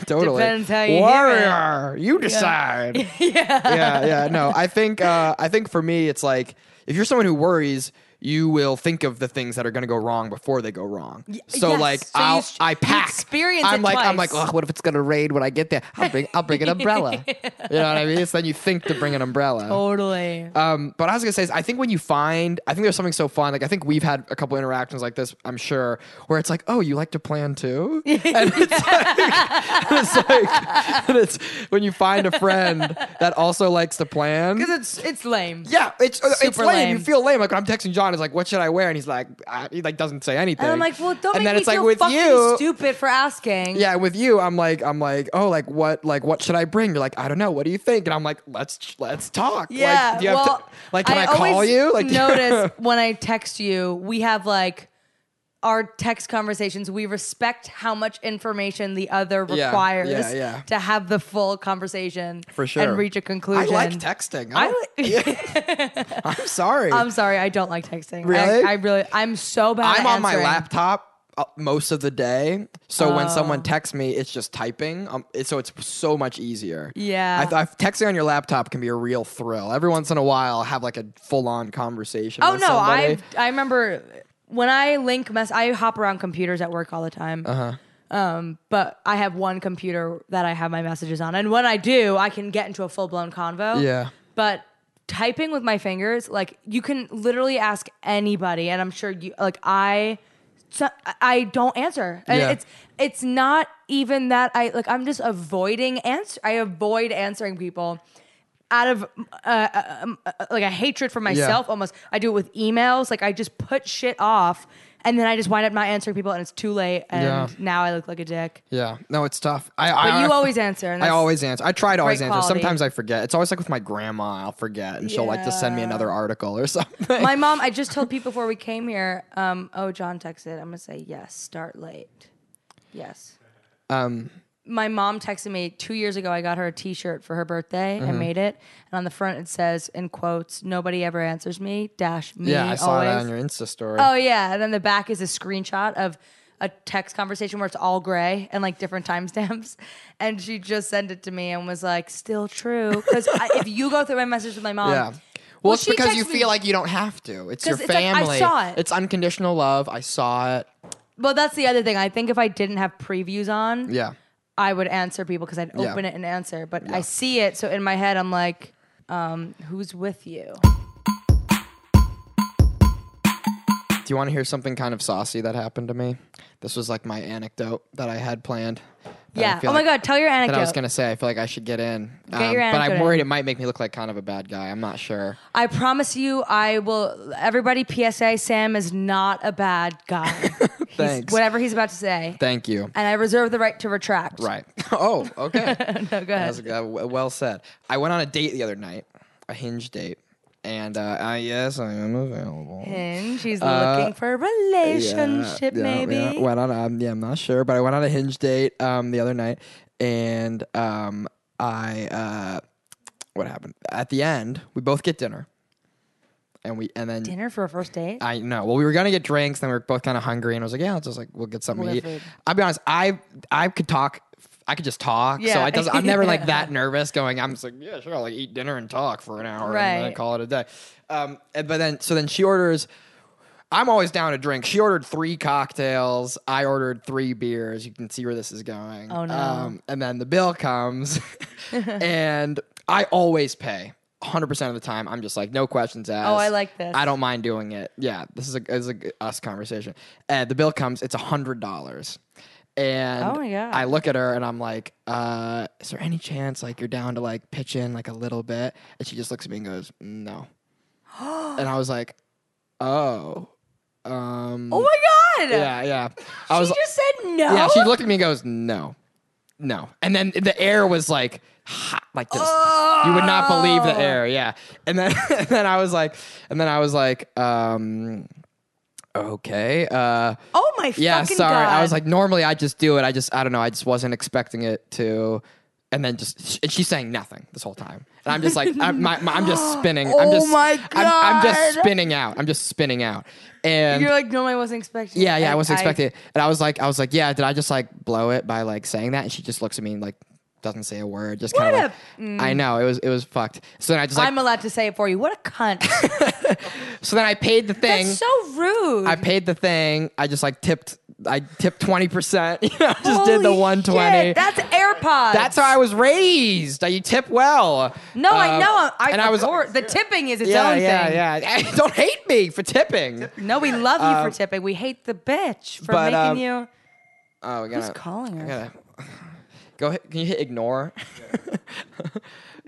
totally.
Depends how you hear it.
Warrior, you decide. Yeah. yeah, No, I think uh, I think for me, it's like if you're someone who worries. You will think of the things that are going to go wrong before they go wrong. So
yes.
like
So you
I'll,
s-
I
you
pack.
experience
I'm
it
like I'm
twice.
like, oh, what if it's going to rain when I get there? I'll bring I'll bring an umbrella. you know what I mean? It's then you think to bring an umbrella.
Totally.
Um, but what I was gonna say is I think when you find I think there's something so fun. Like I think we've had a couple interactions like this, I'm sure, where it's like, oh, you like to plan too? And it's like, it's like and it's when you find a friend that also likes to plan.
Because it's it's lame.
Yeah, it's uh, it's
Super
lame.
lame.
You feel lame. Like when I'm texting John, it's like, what should I wear? And he's like, ah, he like doesn't say anything.
And I'm like, well, don't make
and then
me
it's like
feel
with
fucking
you,
stupid for asking.
yeah, with you, I'm like, I'm like, oh, like what, like what should I bring? You're like, I don't know. What do you think? And I'm like, let's let's talk.
Yeah.
Like, do you have
well,
to- like, can I, call
always
you? Like, do you-
notice when I text you, we have like our text conversations, we respect how much information the other
Yeah,
requires
yeah, yeah.
to have the full conversation
For sure.
and reach a conclusion.
I like texting.
I
I
li-
am sorry.
I'm sorry, I don't like texting. I-
Really?
I, really, I'm so bad.
I'm
at
on my
answering.
laptop uh, most of the day, so when
Oh.
someone texts me, it's just typing. Um, it, so it's so much easier.
Yeah.
I, th- I've- texting on your laptop can be a real thrill. Every once in a while, I'll have like a full on conversation.
Oh
with
no,
somebody.
I I remember when I link mess. I hop around computers at work all the time. Uh
Uh-huh.
huh. Um, but I have one computer that I have my messages on, and when I do, I can get into a full blown convo.
Yeah.
But typing with my fingers, like you can literally ask anybody, and I'm sure you like I. So I don't answer, and
Yeah.
it's it's not even that I like. I'm just avoiding answer. I avoid answering people out of uh, um, uh, like a hatred for myself almost i do it with emails like i just put shit off and then i just wind up not answering people and it's too late and
Yeah.
now i look like a dick
Yeah, no, it's tough. I, but I,
you
I-
always answer, and
I
that's
always answer. I try to always
great
answer.
quality.
Sometimes I forget. It's always like with my grandma, I'll forget, and she'll like just send me another article or something.
my mom i just told Pete before we came here um, oh john texted i'm gonna say yes start late yes um, my mom texted me two years ago i got her a t-shirt for her birthday
Uh-huh.
i made it and on the front it says in quotes nobody ever answers me dash me
yeah, I saw
always.
that on your Insta story.
Oh yeah, and then the back is a screenshot of a text conversation where it's all gray and like different timestamps. And she just sent it to me and was like, "Still true." Because if you go through my message with my mom,
yeah. Well,
Well,
it's
she
because you
texted me-
feel like you don't have to. It's your
'Cause it's like, I
family.
saw it.
It's unconditional love. I saw it.
well, that's the other thing. I think if I didn't have previews on,
Yeah.
I would answer people because I'd
Yeah.
open it and answer. But I see it, so in my head, I'm like, um, "Who's with you?"
Do you want to hear something kind of saucy that happened to me? This was like my anecdote that I had planned. that I
yeah.
feel
Oh my
like-
god, tell your
That
anecdote.
I was gonna say, I feel like I should get in, Um,
your
but I'm
anecdote
worried
in.
it might make me look like kind of a bad guy. I'm not sure.
I promise you, I will. Everybody, PSA: Sam is not a bad guy. He's-
Thanks.
whatever he's about to say.
Thank you.
and I reserve the right to retract.
Right. Oh, okay.
No, go ahead.
That's uh, w- well said. I went on a date the other night, a hinge date, and uh, I, yes, I am available.
And she's looking for a relationship,
Uh, yeah,
maybe.
Yeah. Went on. Um, yeah, I'm not sure, but I went on a hinge date um, the other night, and um, I uh, what happened at the end? We both get dinner, and we and then
Dinner for a first date?
I know. Well, we were gonna get drinks, then we were both kind of hungry, and I was like, "Yeah, let's just like we'll get something
We'll
to
get
eat."
food.
I'll be honest. I I could talk. I could just talk. So
Yeah.
I doesn't. I'm never like that nervous. Going, I'm just like, yeah, sure. I'll like eat dinner and talk for an hour, and then
Right.
call it a day. Um, and, but then so then she orders. I'm always down to drink. She ordered three cocktails. I ordered three beers. You can see where this is going.
Oh, no.
Um, and then the bill comes, and I always pay. 100% of the time, I'm just like, no questions asked.
Oh, I like this.
I don't mind doing it. Yeah, this is a, this is a g- us conversation. And the bill comes, it's a hundred dollars. And
Oh my God.
I look at her and I'm like, uh, is there any chance like you're down to like pitch in like a little bit? And she just looks at me and goes, no. and I was like, oh, um,
oh my God!
yeah, yeah. I was,
she just said no.
yeah. She looked at me and goes, no, no. And then the air was like hot, like this. You would not believe the
Oh.
air, yeah. And then and then I was like, and then I was like, um, okay, uh,
oh my
yeah,
fucking
sorry.
God.
I was like, normally I just do it. I just, I don't know. I just wasn't expecting it to. And then just sh- and she's saying nothing this whole time, and I'm just like I'm, my, my- I'm just spinning. I'm
Oh
just,
my
I'm, I'm just
God.
spinning out. I'm just spinning out. And
You're like, no, I wasn't expecting
um, yeah, yeah, I
and
was expecting it. And I was like, I was like, yeah, did I just like blow it by like saying that? And she just looks at me and like doesn't say a word, just kind
What
of
a- mm.
like, I know, it was it was fucked. So then I just like
I'm allowed to say it for you. What a cunt.
so then I paid the thing.
That's so rude.
I paid the thing. I just like tipped I tipped 20%. You know, I just did the
Holy
120.
shit, that's AirPods.
That's how I was raised. You tip well.
No, I
Um,
know. I,
and I was
adore- the tipping is its
yeah,
own
yeah,
thing.
yeah. Don't hate me for tipping.
No, we love you for tipping. We hate the bitch for
Um, but,
making
um,
you.
Oh, we
Who's
gotta,
calling her?
gotta go. Hit, can you hit ignore?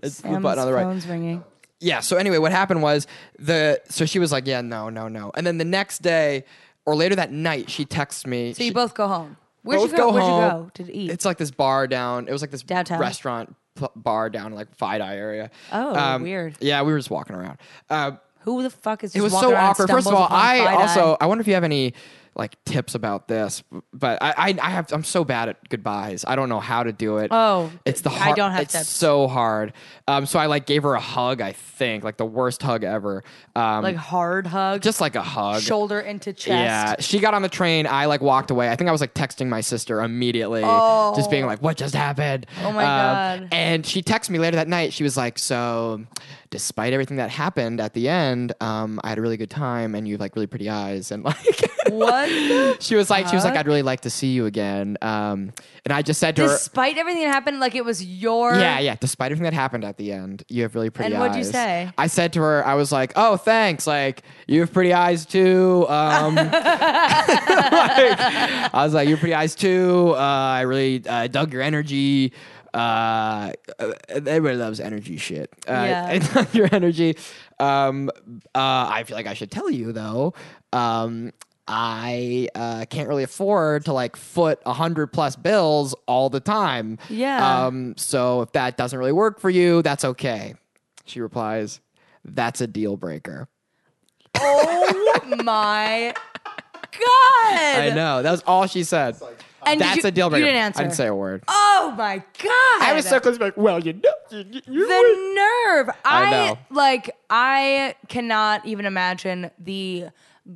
it's the
Sam's
button on the right.
phone's ringing.
yeah so anyway what happened was the so she was like yeah no no no and then the next day or later that night she texts me
So
she,
you both go home. Where'd
both
you go? Where'd you
home.
go to eat?
it's like this bar down it was like this
Downtown?
restaurant pl- bar down in like Fidei area Um,
Oh, weird.
yeah we were just walking around uh,
Who the fuck is?
it was so awkward first of all i also i wonder if you have any like tips about this, but I, I, I have I'm so bad at goodbyes. I don't know how to do it.
Oh,
it's the
I
hard.
don't have
it's
tips.
so hard. Um, so I like gave her a hug. I think like the worst hug ever. Um,
like hard hug,
just like a hug.
shoulder into chest.
Yeah, she got on the train. I like walked away. I think I was like texting my sister immediately, just being like, "What just happened?" Um,
Oh my God.
And she texted me later that night. She was like, "So, despite everything that happened at the end, um, I had a really good time, and you have like really pretty eyes, and like."
What? the-
She was like, she was like,
Fuck.
I'd really like to see you again. Um, and I just said to her,
Despite everything that happened, like it was your.
yeah, yeah. Despite everything that happened at the end, you have really pretty
And
eyes.
what'd you say?
I said to her, I was like, "Oh, thanks. Like, you have pretty eyes too." Um, like, I was like, "You have pretty eyes too." Uh, I really uh, dug your energy. Uh, uh, everybody loves energy shit. Uh,
Yeah.
I dug your energy. Um, uh, I feel like I should tell you though. Um. I uh, can't really afford to like foot a hundred plus bills all the time.
Yeah.
Um, so if that doesn't really work for you, that's okay. She replies, That's a deal breaker.
Oh my god!
I know. That was all she said.
And did
That's
you-
a deal
You
breaker.
didn't answer.
I didn't say a word.
Oh my god!
I was so close to being like, well, you know, you, you- you wouldn't."
the nerve. I,
I know.
like I cannot even imagine the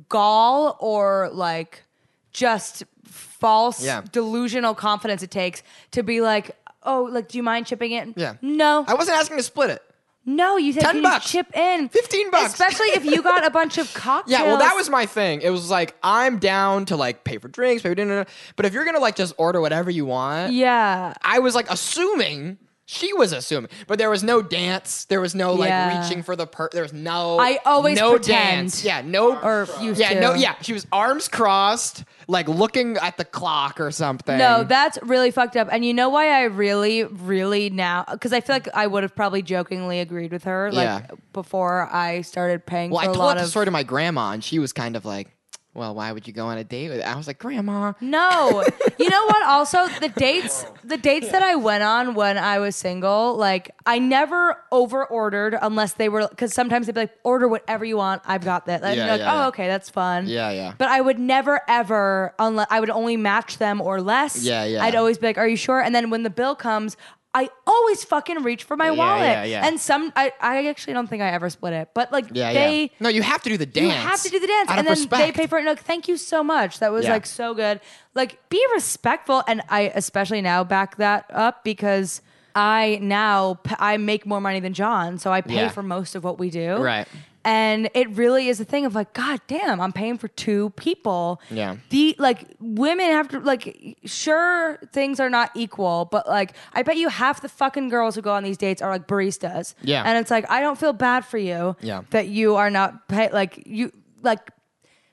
gall or like just false
Yeah.
delusional confidence it takes to be like, "Oh, like do you mind chipping in?"
Yeah.
No.
I wasn't asking to split it.
no, you said
10
"Can you
bucks.
chip in.
15 bucks.
Especially if you got a bunch of cocktails.
Yeah, well, that was my thing. It was like I'm down to like pay for drinks, pay for dinner, but if you're gonna like just order whatever you want,
Yeah.
I was like assuming she was assuming, but there was no dance. There was no like
Yeah.
reaching for the per. There was no.
I always
no
pretend.
dance. Yeah, no.
Or used
yeah, no.
to.
Yeah, she was arms crossed, like looking at the clock or something.
No, that's really fucked up. And you know why I really, really now because I feel like I would have probably jokingly agreed with her, like
Yeah.
before I started paying
well, I
for a
told
lot
the
of.
story to my grandma, and she was kind of like, "Well, why would you go on a date with?" I was like, "Grandma."
no, you know what? Also, the dates, the dates that I went on when I was single, like I never over ordered unless they were because sometimes they'd be like, order whatever you want, I've got that. And
Yeah,
you're like,
yeah,
oh,
yeah.
okay, that's fun.
Yeah, yeah.
But I would never ever unless I would only match them or less.
Yeah, yeah.
I'd always be like, "Are you sure?" And then when the bill comes, I always fucking reach for my wallet.
yeah, yeah.
And some I, I actually don't think I ever split it, but like
Yeah,
they
yeah. No, you have to do the dance.
you have to do the dance,
out
and
of
then they
respect.
pay for it. And like, thank you so much. That was
Yeah.
like so good. Like, be respectful, and I especially now back that up because I now p- I make more money than John, so I pay
Yeah.
for most of what we do.
Right.
And it really is a thing of like, God damn, I'm paying for two people.
Yeah.
The like women have to like sure things are not equal, but like I bet you half the fucking girls who go on these dates are like baristas.
Yeah.
And it's like I don't feel bad for you
Yeah.
that you are not pay like you like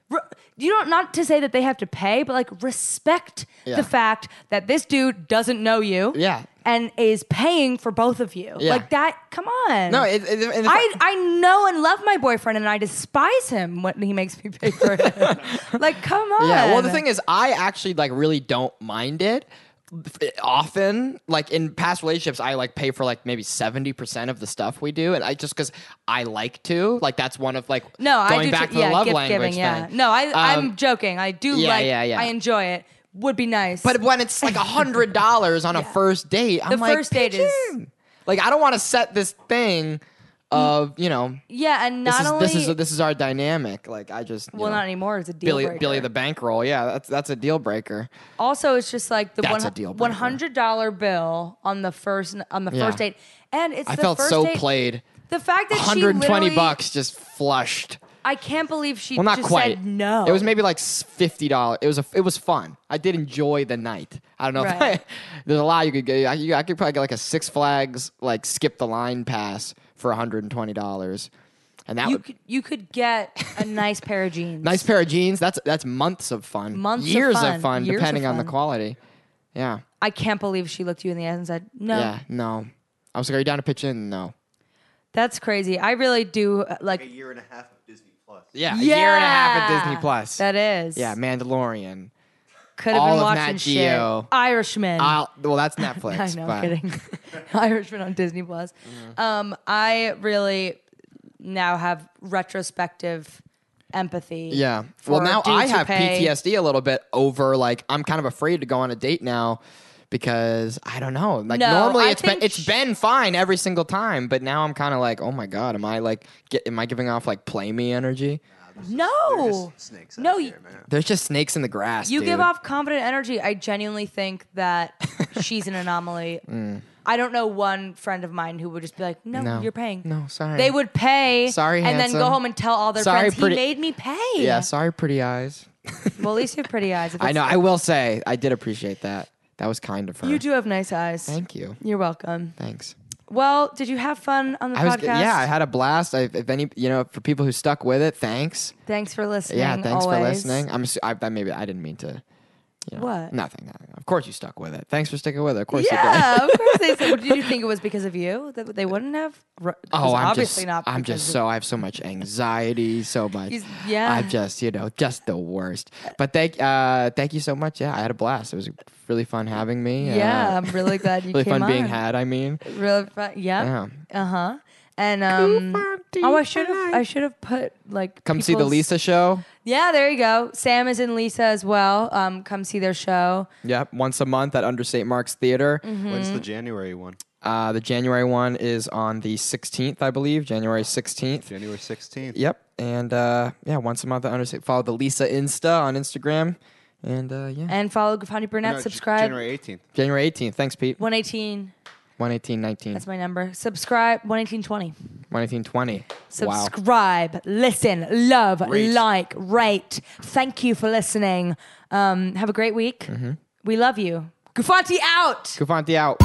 re- you don't not to say that they have to pay but like respect
Yeah.
the fact that this dude doesn't know you
Yeah.
and is paying for both of you
Yeah.
like that come on
No, it, it, and the
I, I know and love my boyfriend and I despise him when he makes me pay for it. like, come on.
Yeah. Well, the thing is, I actually like really don't mind it. F- Often, like in past relationships, I like pay for like maybe seventy percent of the stuff we do, and I just because I like to, like that's one of like
no,
going
I do
back
too-
to the
yeah,
love
gift
language
giving, yeah.
thing.
No, I, I'm
Um,
joking. I do
yeah,
like,
yeah, yeah.
I enjoy it. Would be nice.
But when it's like a hundred dollars on a first date, I'm
The
like,
first date
"Pitch
is-
in." like I don't want to set this thing of you know
yeah, and
this
not
is
only
this is this is our dynamic. Like I just you
well,
know,
not anymore. It's a deal
Billy
breaker.
Billy the bankroll, yeah, that's that's a deal breaker.
Also, it's just like the
That's a deal
one
breaker.
hundred dollar bill on the first on the
Yeah.
first date, and it's
I
the
felt
first
so
date-
played.
The fact that she
120
literally-
bucks just flushed.
I can't believe she
Well, not
just
quite.
said no.
It was maybe like s- fifty dollars. It was a, it was fun. I did enjoy the night. I don't know. If
Right.
I, there's a lot you could get. I, you- I could probably get like a Six Flags like skip the line pass for one hundred and twenty dollars, and that
you
would
could you could get a nice pair of jeans.
nice pair of jeans. That's that's months of fun.
Months of
years
fun. Years of
depending on the
fun.
quality. Yeah.
I can't believe she looked you in the eyes and said no.
Yeah. No. I was like, are you down to pitch in? No.
That's crazy. I really do uh, like.
A year and a half of Disney Plus.
Yeah.
yeah,
A year and a half at Disney Plus.
That is.
yeah, Mandalorian.
Could have
all
been
of
watching
Nat
shit.
Geo.
Irishman.
I'll, well, that's Netflix.
I know,
but-
I'm kidding. Irishman on Disney Plus.
Mm-hmm.
Um, I really now have retrospective empathy.
Yeah.
for
Well, now
dudes
I
who
have
pay-
PTSD a little bit over like I'm kind of afraid to go on a date now because I don't know. Like
No,
normally
I
it's been
think
it's
sh-
been fine every single time, but now I'm kind of like, "Oh my god, am I like get, am I giving off like play me energy?"
No,
snakes.
no,
out
you-
here, man.
There's just snakes in the grass.
you give
dude.
off confident energy. I genuinely think that she's an anomaly. I don't know one friend of mine who would just be like, "No,
Mm. No.
you're paying."
No, sorry.
They would pay.
Sorry,
and then
handsome.
go home and tell all their
Sorry,
friends
pretty-
he made me pay.
Yeah, sorry pretty eyes.
Well, at least you have pretty eyes. If
I
it's-
know. I will say I did appreciate that. That was kind of her.
You do have nice eyes.
Thank you.
You're welcome.
Thanks.
Well, did you have fun on the
I was
podcast?
yeah, I had a blast. I, if any, you know, for people who stuck with it, thanks.
Thanks for listening.
Yeah, thanks for
always.
listening. I'm assu- I, I maybe I didn't mean to. You know,
What?
Nothing, nothing. Of course you stuck with it. Thanks for sticking with it. Of course you did.
Yeah, of course they said. Did you think it was because of you that they wouldn't have? Ru- it
Oh,
was
I'm
obviously
just,
not.
I'm
because
just
of-
so I have so much anxiety, so much.
He's- yeah.
I'm just, you know, just the worst. But thank, uh, thank you so much. Yeah, I had a blast. It was really fun having me.
Yeah,
Uh,
I'm really glad you
really
came
fun being
on.
had. I mean,
Really fun. Yeah.
yeah.
Uh huh. And um. Oh, I should have. I should have put like.
Come see the
people's-
Lisa show.
Yeah, there you go. Sam is in Lisa as well. Um, come see their show.
Yep, once a month at Under St. Mark's Theater.
Mm-hmm.
When's the January one?
Uh, the January one is on the 16th, I believe, January 16th.
January 16th.
Yep, and uh, yeah, once a month at Under St. Follow the Lisa Insta on Instagram, and uh, yeah,
And follow Gafani Burnett.
No, J-
subscribe.
January 18th.
January 18th. Thanks, Pete.
118.
118, 19,
That's my number. Subscribe. 11820.
118, 20. Wow.
subscribe, listen, love,
Rate.
like, rate. Thank you for listening. Um, have a great week. We love you. Gufanti out.
Kufanti out.